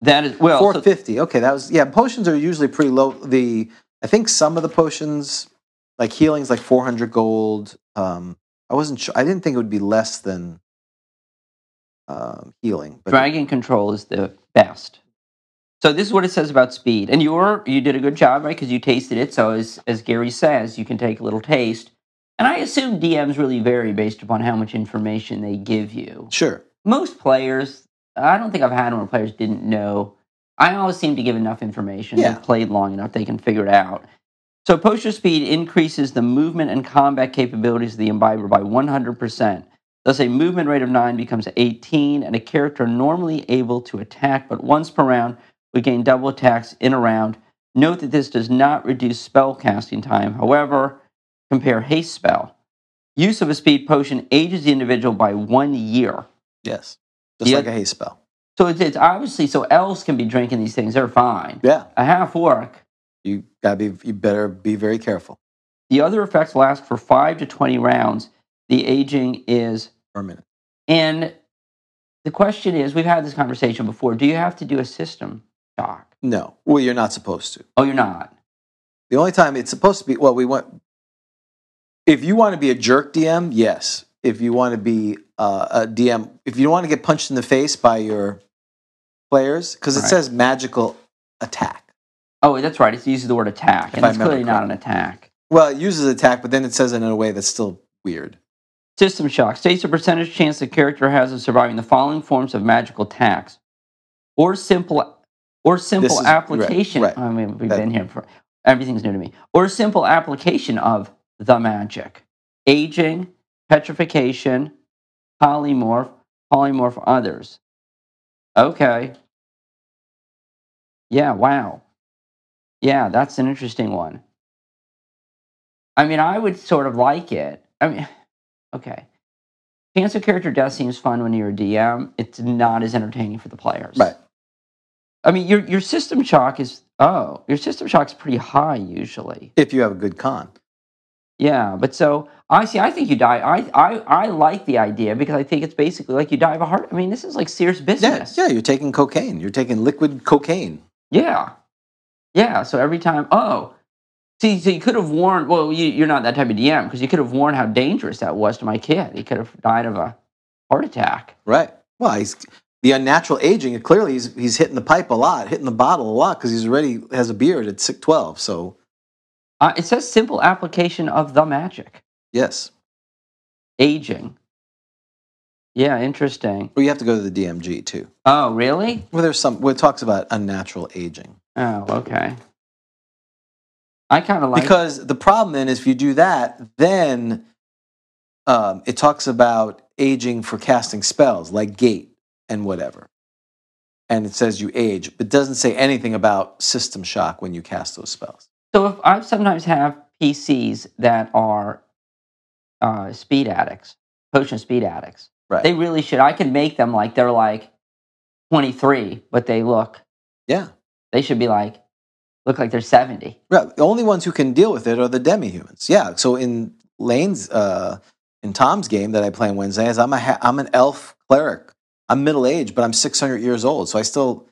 That is, well, so-
Four fifty. Okay, that was yeah. Potions are usually pretty low. The I think some of the potions, like healing's, like four hundred gold. Um, I wasn't sure. I didn't think it would be less than um, healing. But
Dragon control is the best. So this is what it says about speed. And you were you did a good job, right? Because you tasted it. So as as Gary says, you can take a little taste. And I assume DMs really vary based upon how much information they give you.
sure.
Most players, I don't think I've had one where players didn't know. I always seem to give enough information.
Yeah.
They've played long enough; they can figure it out. So potion speed increases the movement and combat capabilities of the imbiber by 100%. Thus, a movement rate of 9 becomes 18, and a character normally able to attack but once per round would gain double attacks in a round. Note that this does not reduce spell casting time. However, compare haste spell. Use of a speed potion ages the individual by one year.
Yes. Just
Yeah.
like a haste spell.
So it's, it's obviously, so elves can be drinking these things. They're fine.
Yeah.
A half orc
You gotta be. You better be very careful
The other effects last for five to 20 rounds. The aging is,
for a minute.
and the question is we've had this conversation before. Do you have to do a system shock?
No. Well, you're not supposed to.
Oh, you're not.
The only time it's supposed to be well, we want if you want to be a jerk DM, yes. If you want to be uh, a DM, if you want to get punched in the face by your players, because it
Right.
says magical attack.
Oh, that's right. It uses the word attack,
If
and
I
that's
remember
clearly not an attack.
Well, it uses attack, but then it says it in a way that's still weird.
System shock states the percentage chance the character has of surviving the following forms of magical attacks, or simple, or
This
simple
is- right,
application.
right.
I mean, we've
That-
been here for everything's new to me. Or simple application of the magic, aging, petrification, polymorph, polymorph others. Okay. Yeah. Wow. Yeah, that's an interesting one. I mean, I would sort of like it. I mean, okay. Chance of character death seems fun when you're a DM. It's not as entertaining for the players.
Right.
I mean, your your system shock is oh, your system shock's pretty high usually.
If you have a good con.
Yeah, but so I see. I think you die. I I I like the idea because I think it's basically like you die of a heart. I mean, this is like serious
Yeah,
business.
yeah, you're taking cocaine. You're taking liquid cocaine.
Yeah. Yeah. So every time, oh, see, so you could have warned, well, you, you're not that type of DM because you could have warned how dangerous that was to my kid. He could have died of a heart attack.
Right. Well, he's, the the unnatural aging. Clearly, he's he's hitting the pipe a lot, hitting the bottle a lot because he's already has a beard at six twelve. So
Uh, it says simple application of the magic.
yes,
Aging. Yeah, interesting.
well, you have to go to the DMG too.
Oh, really?
Well, there's some where it talks about unnatural aging
Oh, okay. I kind of like
because the problem then is if you do that, then um, it talks about aging for casting spells like gate and whatever. And it says you age, but doesn't say anything about system shock when you cast those spells.
So if I sometimes have PCs that are uh, speed addicts, potion speed addicts.
Right.
They really should. I can make them like they're like 23, but they look,
yeah.
they should be like, look like they're 70.
Right. The only ones who can deal with it are the demi-humans. Yeah. So in Lane's, uh, in Tom's game that I play on Wednesdays, I'm a ha- I'm an elf cleric. I'm middle aged, but I'm 600 years old, so I still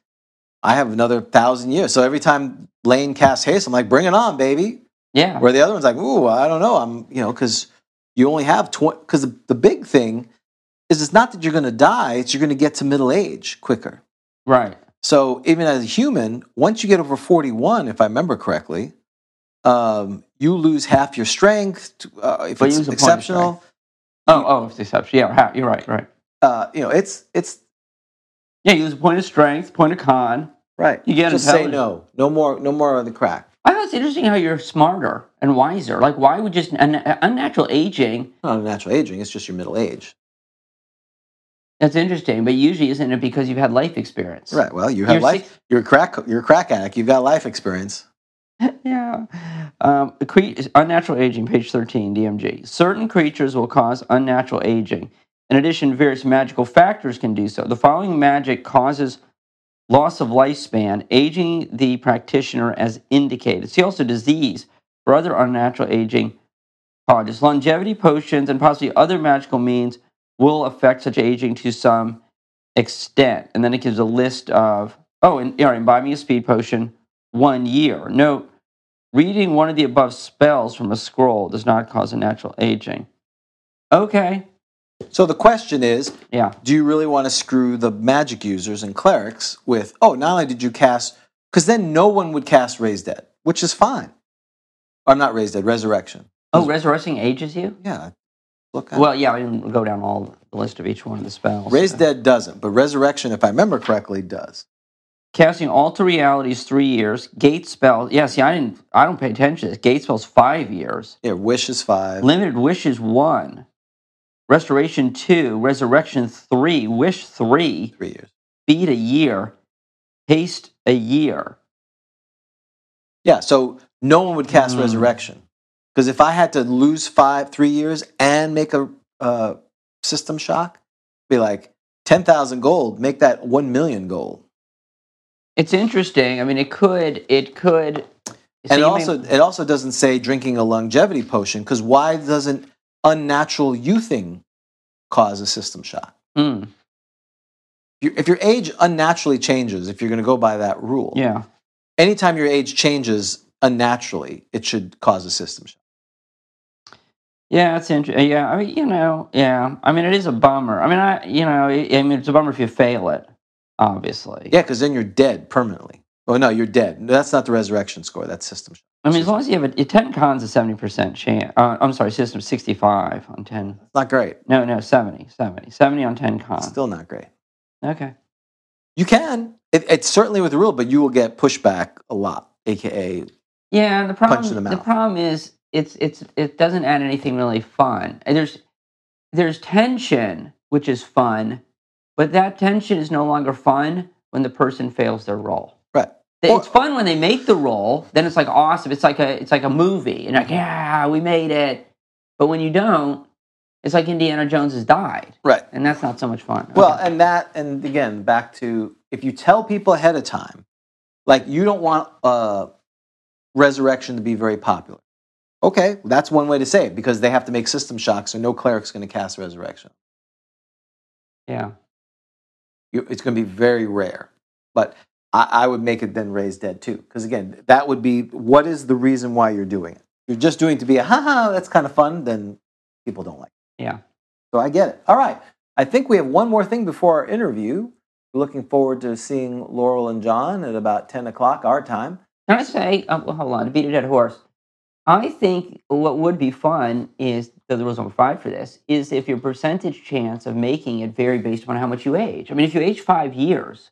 I have another thousand years. So every time Lane casts haste, I'm like, bring it on, baby.
Yeah.
Where the other one's like, ooh, I don't know. I'm you know because you only have 20. Because the, the big thing is it's not that you're going to die; it's you're going to get to middle age quicker.
Right.
So even as a human, once you get over 41, if I remember correctly, um, you lose half your strength. Uh, if
Well, you lose a
it's
point of
exceptional,
Oh, oh, it's deception. Yeah, ha- you're right, right.
uh, you know it's it's
Yeah, you use a point of strength, point of con.
right.
You get
just say
intelligent.
no, no more, no more of the crack.
I thought it's interesting how you're smarter and wiser. Like, why would just un- unnatural aging?
Not a natural aging; it's just your middle age.
That's interesting, but usually isn't it because you've had life experience?
Right. Well, you have
You're
life. you're a crack. You're a crack addict. You've got life experience.
yeah. Um, cre- unnatural aging, page 13, DMG. Certain creatures will cause unnatural aging. In addition, various magical factors can do so. The following magic causes loss of lifespan, aging the practitioner as indicated. See also disease or other unnatural aging causes. Longevity potions and possibly other magical means will affect such aging to some extent. And then it gives a list of, oh, and, all right, and buy me a speed potion one year. Note, reading one of the above spells from a scroll does not cause a natural aging. Okay.
So the question is,
Yeah.
do you really want to screw the magic users and clerics with? Oh, not only did you cast, because then no one would cast Raise Dead, which is fine. Or not Raise Dead, Resurrection.
Oh, resurrecting ages you?
Yeah. Look,
Well, yeah, I didn't go down all the list of each one of the spells.
Raise Dead doesn't, but Resurrection, if I remember correctly, does.
Casting alter realities three years. Gate spell. Yeah, see, I didn't. I don't pay attention to this. Gate spells five years.
Yeah, Wish is five.
Limited wishes one. Restoration two. Resurrection three. Wish three.
Three years.
Beat a year. Haste a year.
Yeah, so no one would cast
Hmm.
Resurrection. Because if I had to lose five, three years and make a uh, system shock, be like 10,000 gold, make that 1 million gold.
It's interesting. I mean, it could. It could. so
and
you
it
may-
also it also doesn't say drinking a longevity potion because why doesn't unnatural youthing cause a system shock?
Hmm,
You- If your age unnaturally changes, if you're going to go by that rule,
yeah.
anytime your age changes unnaturally, it should cause a system shock.
Yeah, it's interesting. Yeah, I mean, you know, yeah. I mean, it is a bummer. I mean, I, you know, I I mean, it's a bummer if you fail it, obviously.
Yeah, because then you're dead permanently. Oh no, you're dead. No, That's not the resurrection score. That's system shock.
I mean, as long as you have a, a 10 cons, a 70% chance. Uh, I'm sorry, system 65 on 10.
It's not great.
No, no, 70, 70. 70 on 10
It's
cons.
still not great.
okay.
You can. It, it's certainly with the rule, but you will get pushback a lot. AKA,
Yeah, and the
Punch
problem
in the
the
mouth.
problem is it's it's it doesn't add anything really fun. And There's there's tension, which is fun, but that tension is no longer fun when the person fails their role.
right?
Th-
Or-
It's fun when they make the role, then it's like awesome. It's like a it's like a movie, and like yeah, we made it. But when you don't, it's like Indiana Jones has died,
Right.
and that's not so much fun.
Well,
Okay.
and that, and again, back to if you tell people ahead of time, like you don't want uh, resurrection to be very popular. Okay, that's one way to say it because they have to make system shock, so no cleric's going to cast resurrection.
yeah,
You, it's going to be very rare. But I, I would make it then raise dead too, because again, that would be what is the reason why you're doing it? You're just doing it to be a ha ha, that's kind of fun. Then people don't like. it.
yeah.
So I get it. All right. I think we have one more thing before our interview. looking forward to seeing Laurel and John at about 10 o'clock our time.
Can I say, oh, well, hold on, to beat a dead horse, I think what would be fun is, though the rules don't provide for this, is if your percentage chance of making it vary based upon how much you age. I mean, if you age five years,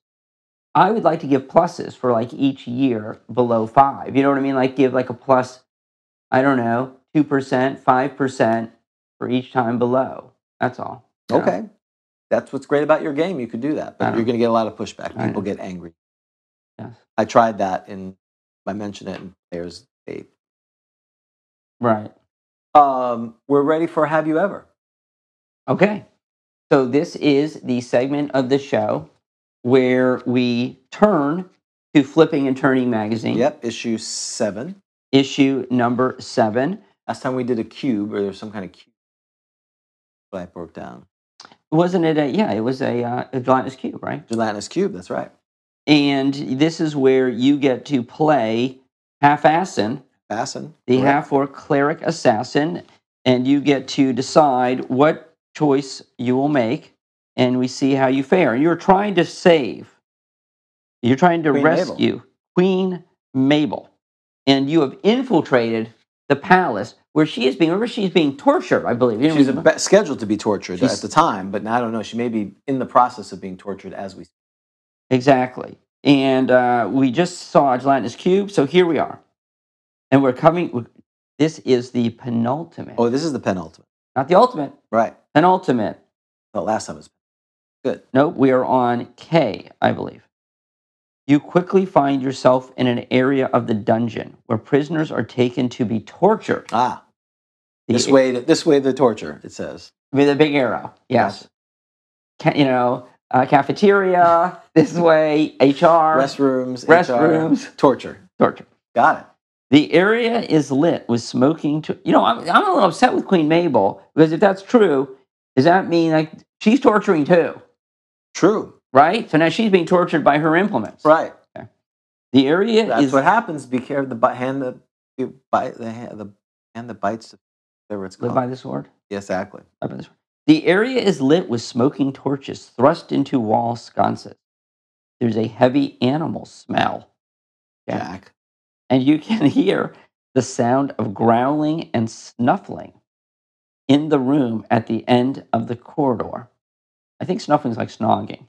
I would like to give pluses for like each year below five. You know what I mean? Like give like a plus, I don't know, 2%, 5% for each time below. That's all. you know?
Okay. That's what's great about your game. You could do that,
I
but
know.
you're going to get a lot of pushback.
I
People
know.
get angry.
Yes.
I tried that and I mentioned it, and there's eight.
Right.
Um, we're ready for Have You Ever?
Okay. So this is the segment of the show where we turn to Flipping and Turning magazine,
Yep, issue seven.
issue number seven.
Last time we did a cube, or there's some kind of cube that I broke down.
Wasn't it a yeah? It was a, uh, a gelatinous cube, right?
Gelatinous cube, that's right.
And this is where you get to play half assin
Bassin.
the
correct.
half orc cleric assassin, and you get to decide what choice you will make, and we see how you fare. You're trying to save, you're trying to
Queen Mabel.
rescue Queen Mabel, and you have infiltrated the palace where she is being. Remember, she's being tortured, I believe. You know,
She's
remember?
be- scheduled to be tortured
She's-
at the time, but now I don't know. She may be in the process of being tortured as we speak.
Exactly. And uh, we just saw Gelatinous Cube, so here we are. And we're coming, this is the penultimate.
Oh, this is the penultimate.
Not the ultimate,
Right.
penultimate.
The last time it was.
Nope, we are on K, I believe. You quickly find yourself in an area of the dungeon where prisoners are taken to be tortured.
Ah,
The-
this way, to, this way to torture, it says.
With a big arrow, yes. Ca- you know, uh, cafeteria, this way, HR,
Restrooms,
Restrooms.
HR, torture.
torture.
Got it.
The area is lit with smoking. To- you know, I'm, I'm a little upset with Queen Mabel because if that's true, does that mean like she's torturing too,
True.
right? So now she's being tortured by her implements.
Right.
The area
That's
is
what happens. Be careful. The bi- hand that you bite the hand, the hand that bites the whatever it's
live
called.
by the sword.
Yeah, exactly.
Live by the sword. The area is lit with smoking torches thrust into wall sconces. There's a heavy animal smell, Jack,
Jack.
and you can hear the sound of growling and snuffling in the room at the end of the corridor. I think snuffling's like snogging.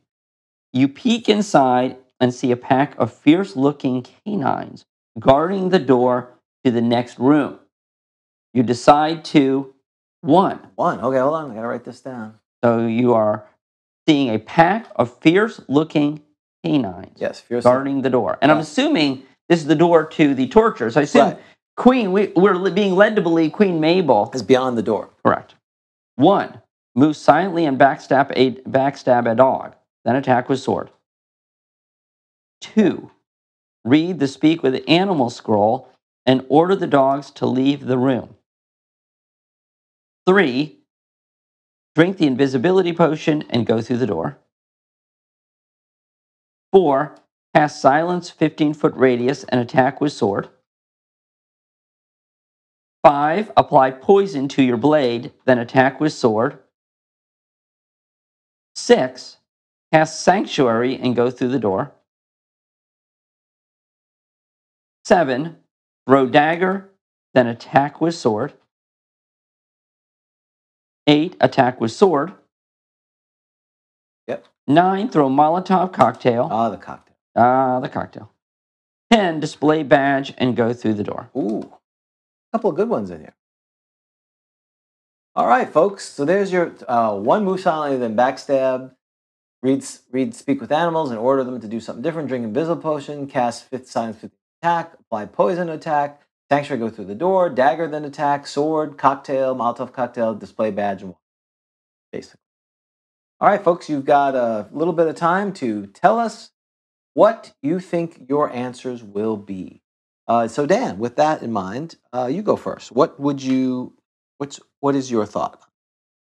You peek inside and see a pack of fierce looking canines guarding the door to the next room. You decide to one.
One. Okay, hold on. I gotta write this down.
So you are seeing a pack of fierce looking canines
Yes, fierce.
guarding the door. And I'm
Right.
assuming this is the door to the torture. So I assume
Right.
Queen, we, we're li- being led to believe Queen Mabel
is beyond the door.
Correct. One, move silently and backstab a, backstab a dog, then attack with sword. Two, read the speak with animal scroll and order the dogs to leave the room. Three, drink the invisibility potion and go through the door. Four, cast silence 15 foot radius and attack with sword. Five, apply poison to your blade, then attack with sword. Six, cast sanctuary and go through the door. Seven, throw dagger, then attack with sword. Eight, attack with sword.
Yep.
Nine, throw Molotov cocktail.
Ah, the cocktail.
Ah, the cocktail. Ten, display badge and go through the door.
Ooh, a couple of good ones in here. All right, folks. So there's your uh, one move silently, then backstab. Read, read, speak with animals, and order them to do something different. Drink invisible potion. Cast fifth science fifth attack. Apply poison attack. Sanctuary go through the door. Dagger then attack. Sword cocktail. Molotov cocktail. Display badge and basically. All right, folks. You've got a little bit of time to tell us what you think your answers will be. Uh, so Dan, with that in mind, uh, you go first. What would you? What's what is your thought?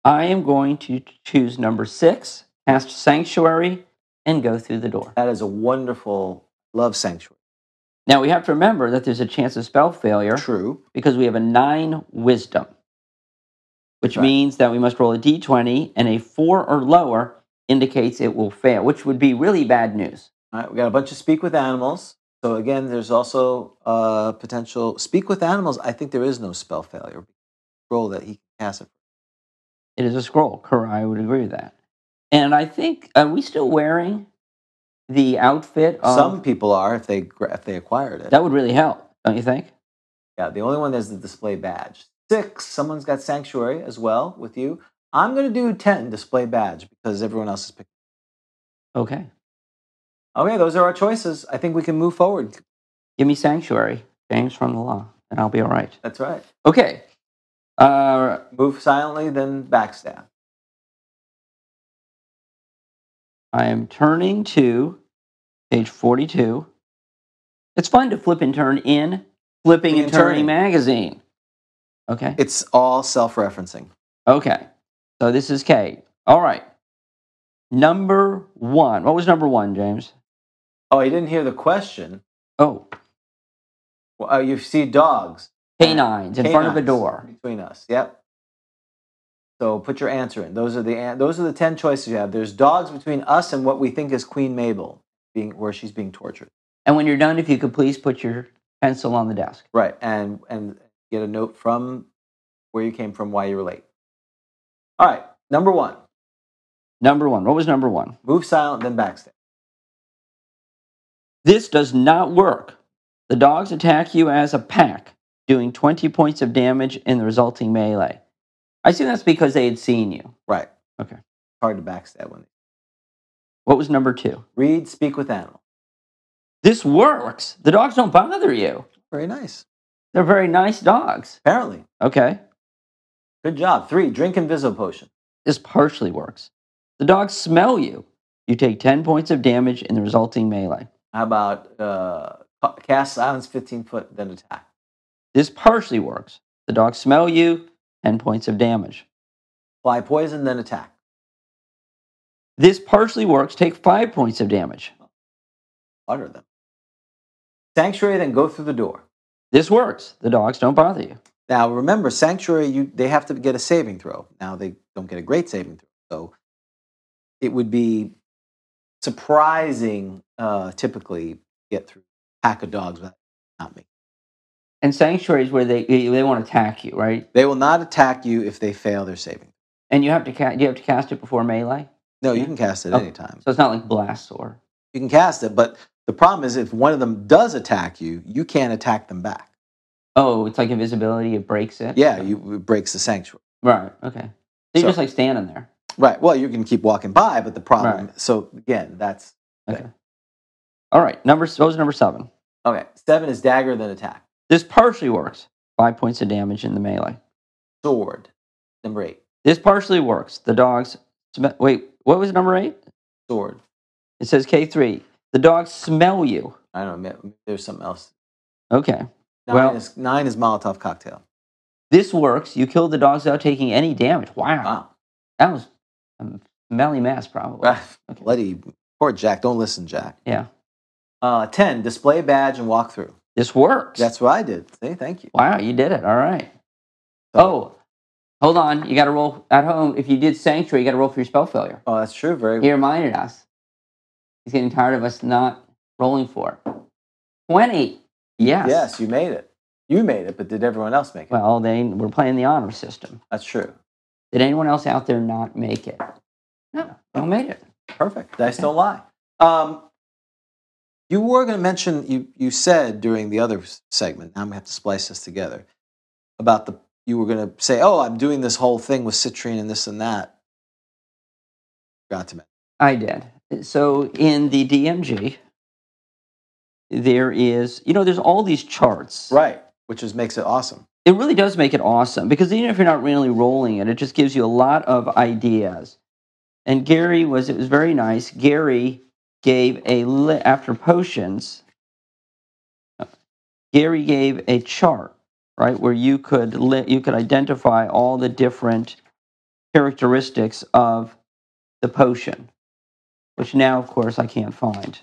I am going to choose number six, cast Sanctuary, and go through the door.
That is a wonderful love sanctuary.
Now we have to remember that there's a chance of spell failure
True.
because we have a nine wisdom, which
Right.
means that we must roll a d20 and a four or lower indicates it will fail, which would be really bad news.
All right, we got a bunch of speak with animals. So again, there's also uh, potential speak with animals. I think there is no spell failure roll that he can cast it.
It is a scroll. Cor- I would agree with that. And I think are we still wearing the outfit? Of,
Some people are if they gra- if they acquired it.
Um that would really help, don't you think?
Yeah, the only one is the display badge. Six, someone's got sanctuary as well with you. I'm gonna do ten display badge because everyone else is picking.
Okay,
Okay, those are our choices. I think we can move forward.
give me sanctuary, James from the law, and I'll be all right.
That's right.
Okay. Uh,
Move silently, then backstab.
I am turning to page 42. It's fun to flip and turn in Flipping
Flipping
and
and
Turning
Turning.
magazine. Okay.
It's all self-referencing.
Okay. So this is K. All right. Number one. What was number one, James?
Oh, you didn't hear the question.
Oh,
Well, uh, you see dogs.
canines in front of a
Canines
door.
between us. Yep. So put your answer in. Those are the an- those are the ten choices you have. There's dogs between us and what we think is Queen Mabel, being where she's being tortured.
And when you're done, if you could please put your pencil on the desk.
Right, and and get a note from where you came from, why you were late. All right, number one,
Number one. What was number one?
move silent, then backstab.
This does not work. The dogs attack you as a pack, doing 20 points of damage in the resulting melee. I assume that's because they had seen you.
Right.
Okay.
Hard to backstab when
What was number two?
read, speak with animal.
This works. The dogs don't bother you.
Very nice.
They're very nice dogs.
Apparently,
Okay.
good job. Three, drink invisible potion.
This partially works. The dogs smell you. You take 10 points of damage in the resulting melee.
How about uh, ca- cast silence, fifteen foot, then attack.
This partially works. The dogs smell you, 10 points of damage.
Apply poison, then attack.
This partially works. Take 5 points of damage.
Utter them. Sanctuary, then go through the door.
This works. The dogs don't bother you.
Now remember, sanctuary, you they have to get a saving throw. Now they don't get a great saving throw, so it would be surprising uh, typically to get through a pack of dogs without not me.
And sanctuaries where they they won't attack you, right?
They will not attack you if they fail their saving.
And you have to ca- you have to cast it before melee,
No, you can cast it
Oh.
anytime.
so it's not like blast or
You can cast it, but the problem is if one of them does attack you, you can't attack them back.
oh, it's like invisibility. It breaks it.
Yeah, you, it breaks the sanctuary.
Right. Okay. So you're
So-
just like standing there.
Right. Well, you can keep walking by, but the problem. So again, that's
Okay. All right. Number what was number seven?
okay. Seven is dagger, then attack.
This partially works. Five points of damage in the melee.
Sword. Number eight.
This partially works. The dogs. Sm- Wait, what was number eight?
Sword.
It says K three. The dogs smell you.
I don't know. ma- There's something else.
Okay.
Nine
Well-
is nine is Molotov cocktail.
This works. You kill the dogs without taking any damage. Wow.
Wow.
That was a smelly mess, probably. Okay.
Bloody poor Jack. Don't listen, Jack.
Yeah.
Uh, ten. Display badge and walk through.
This works.
That's what I did. See, thank you.
wow, you did it. All right.
So-
Oh, hold on. You got to roll at home. If you did sanctuary, you got to roll for your spell failure.
Oh, that's true. Very.
He reminded us. He's getting tired of us not rolling for it. twenty. Yes.
Yes, you made it. You made it, but did everyone else make it?
Well, they we're playing the honor system.
that's true.
Did anyone else out there not make it? No, they all made it.
Perfect. Dice don't lie. Um, you were going to mention you you said during the other s- segment. Now I'm going to have to splice this together about the you were going to say, "Oh, I'm doing this whole thing with citrine and this and that." Got to mention.
I did. So in the DMG, there is you know there's all these charts.
right, which is makes it awesome.
it really does make it awesome because even if you're not really rolling it, it just gives you a lot of ideas. And Gary was it was very nice. Gary gave a li- after potions. Gary gave a chart right where you could li- you could identify all the different characteristics of the potion, which now of course I can't find.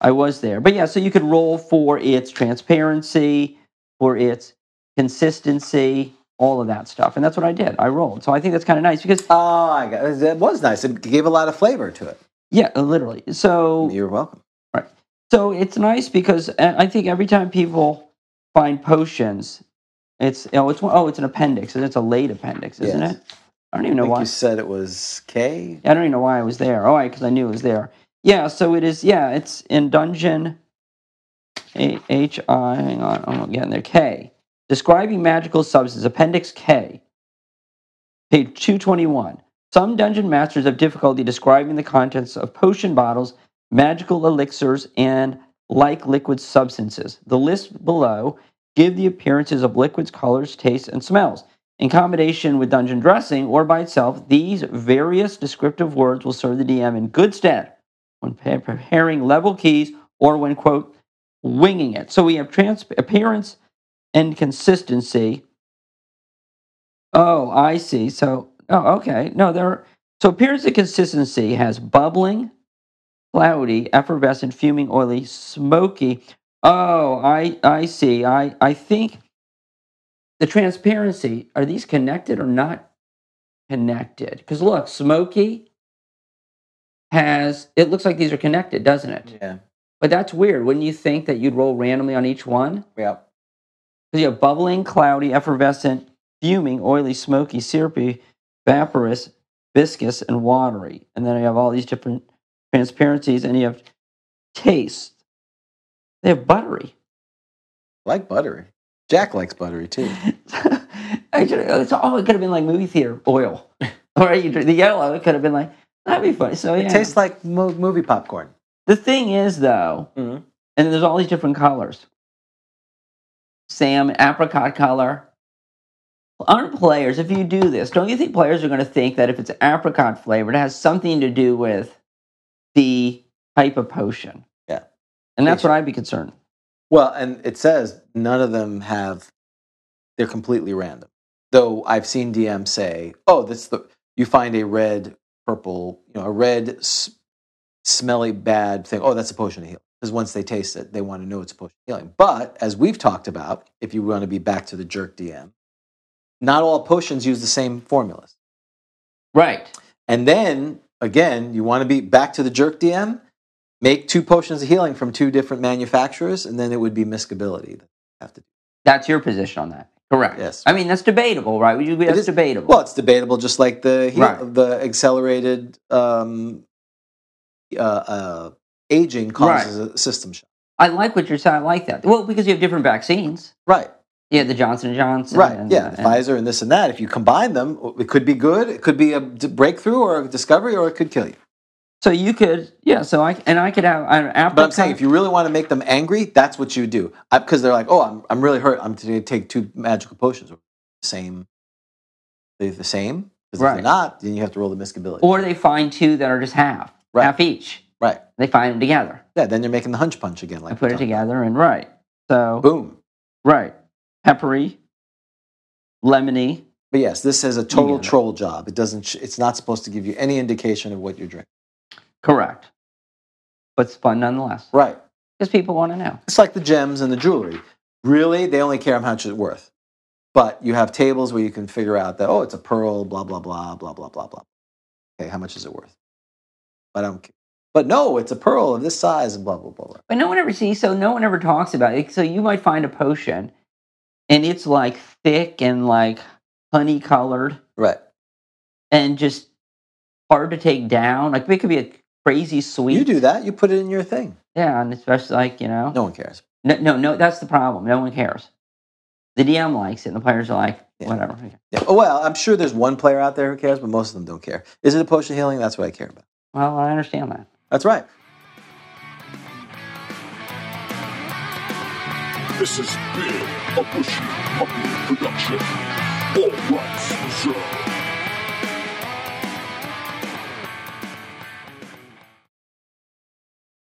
I was there, but yeah, so you could roll for its transparency, for its consistency, all of that stuff. And that's what I did. I rolled. So I think that's kind of nice because,
Oh, I got, that was nice. It gave a lot of flavor to it.
yeah, uh, literally. So
You're welcome.
So it's nice because uh, I think every time people find potions, it's oh, it's one- oh, it's an appendix and it's a late appendix, isn't
Yes.
it? I don't even know
I think
why.
you said it was K.
I don't even know why I was there. Oh, because I knew it was there. Yeah. So it is. Yeah, it's in dungeon. A H I. Hang on, I'm not getting there. K. Describing magical substance. Appendix K. Page two twenty one. Some dungeon masters have difficulty describing the contents of potion bottles, magical elixirs, and like liquid substances. The list below give the appearances of liquids, colors, tastes, and smells. In combination with dungeon dressing or by itself, these various descriptive words will serve the DM in good stead when pre- preparing level keys or when, quote, winging it. So we have trans- appearance and consistency. Oh, I see. So, oh, okay. No, there. Are, so appearance and consistency has bubbling, cloudy, effervescent, fuming, oily, smoky. Oh, I I see. I I think the transparency are these connected or not connected? Because look, smoky has it looks like these are connected, doesn't it?
Yeah.
But that's weird. Wouldn't you think that you'd roll randomly on each one?
Yeah.
Because you have bubbling, cloudy, effervescent, fuming, oily, smoky, syrupy, vaporous, viscous, and watery. And then you have all these different transparencies, and you have taste. They have buttery.
Like buttery. Jack likes buttery too.
I should, it's, oh, it could have been like movie theater oil. or you drink the yellow, it could have been like, that'd be funny. So, yeah.
It tastes like mo- movie popcorn.
the thing is, though,
Mhm.
and there's all these different colors. Sam, apricot color. Aren't players, if you do this, don't you think players are going to think that if it's apricot flavored, it has something to do with the type of potion?
Yeah.
And that's what I'd be concerned.
Well, and it says none of them have. They're completely random. Though I've seen DMs say, "Oh, that's the you find a red, purple, you know, a red, s- smelly, bad thing. Oh, that's a potion of healing." Because once they taste it, they want to know it's a potion of healing. But as we've talked about, if you want to be back to the jerk DM, not all potions use the same formulas.
Right.
And then again, you want to be back to the jerk DM. Make two potions of healing from two different manufacturers, and then it would be miscability. that you Have to do.
That's your position on that. Correct.
Yes.
I mean, that's debatable, right? Would you agree
It
that's
is-
debatable?
Well, it's debatable, just like the he-
Right.
the accelerated um, uh, uh, aging causes a system shock.
I like what you're saying. I like that. Well, because you have different vaccines.
Right,
Yeah, the Johnson and Johnson.
right,
and-
yeah,
and-
Pfizer and this and that. If you combine them, it could be good. It could be a d- breakthrough or a discovery, or it could kill you.
So you could, yeah. So I and I could have an apricot.
But I'm saying, if you really want to make them angry, that's what you do. Because they're like, "Oh, I'm I'm really hurt. I'm going to take two magical potions. Same, they the same. Because if
Right.
they're not, then you have to roll the miscability.
or they find two that are just half,
Right.
half each.
right?
They find them together.
Yeah. Then you're making the hunch punch again. Like
I put
we
it
talked
together and right. So
about. Boom.
right, peppery, lemony.
But yes, this is a total
Yeah.
troll job. It doesn't. sh- It's not supposed to give you any indication of what you're drinking.
Correct, but it's fun nonetheless
Right.
because people want to know.
It's like the gems and the jewelry. Really, they only care how much it's worth. But you have tables where you can figure out that oh, it's a pearl. Blah blah blah blah blah blah blah. Okay, how much is it worth? But I don't. ca- But no, it's a pearl of this size and blah blah blah blah.
But no one ever sees. So no one ever talks about it. So you might find a potion, and it's like thick and like honey colored.
Right.
and just hard to take down. Like it could be a crazy sweet.
You do that. You put it in your thing.
Yeah, and especially like, you know.
No one cares.
No, no, no, that's the problem. No one cares. The DM likes it and the players are like,
Yeah.
whatever.
Yeah. Oh, well, I'm sure there's one player out there who cares, but most of them don't care. Is it a potion of healing? That's what I care about.
Well, I understand that.
That's right.
This has been a Bushy Puppy production. All rights reserved.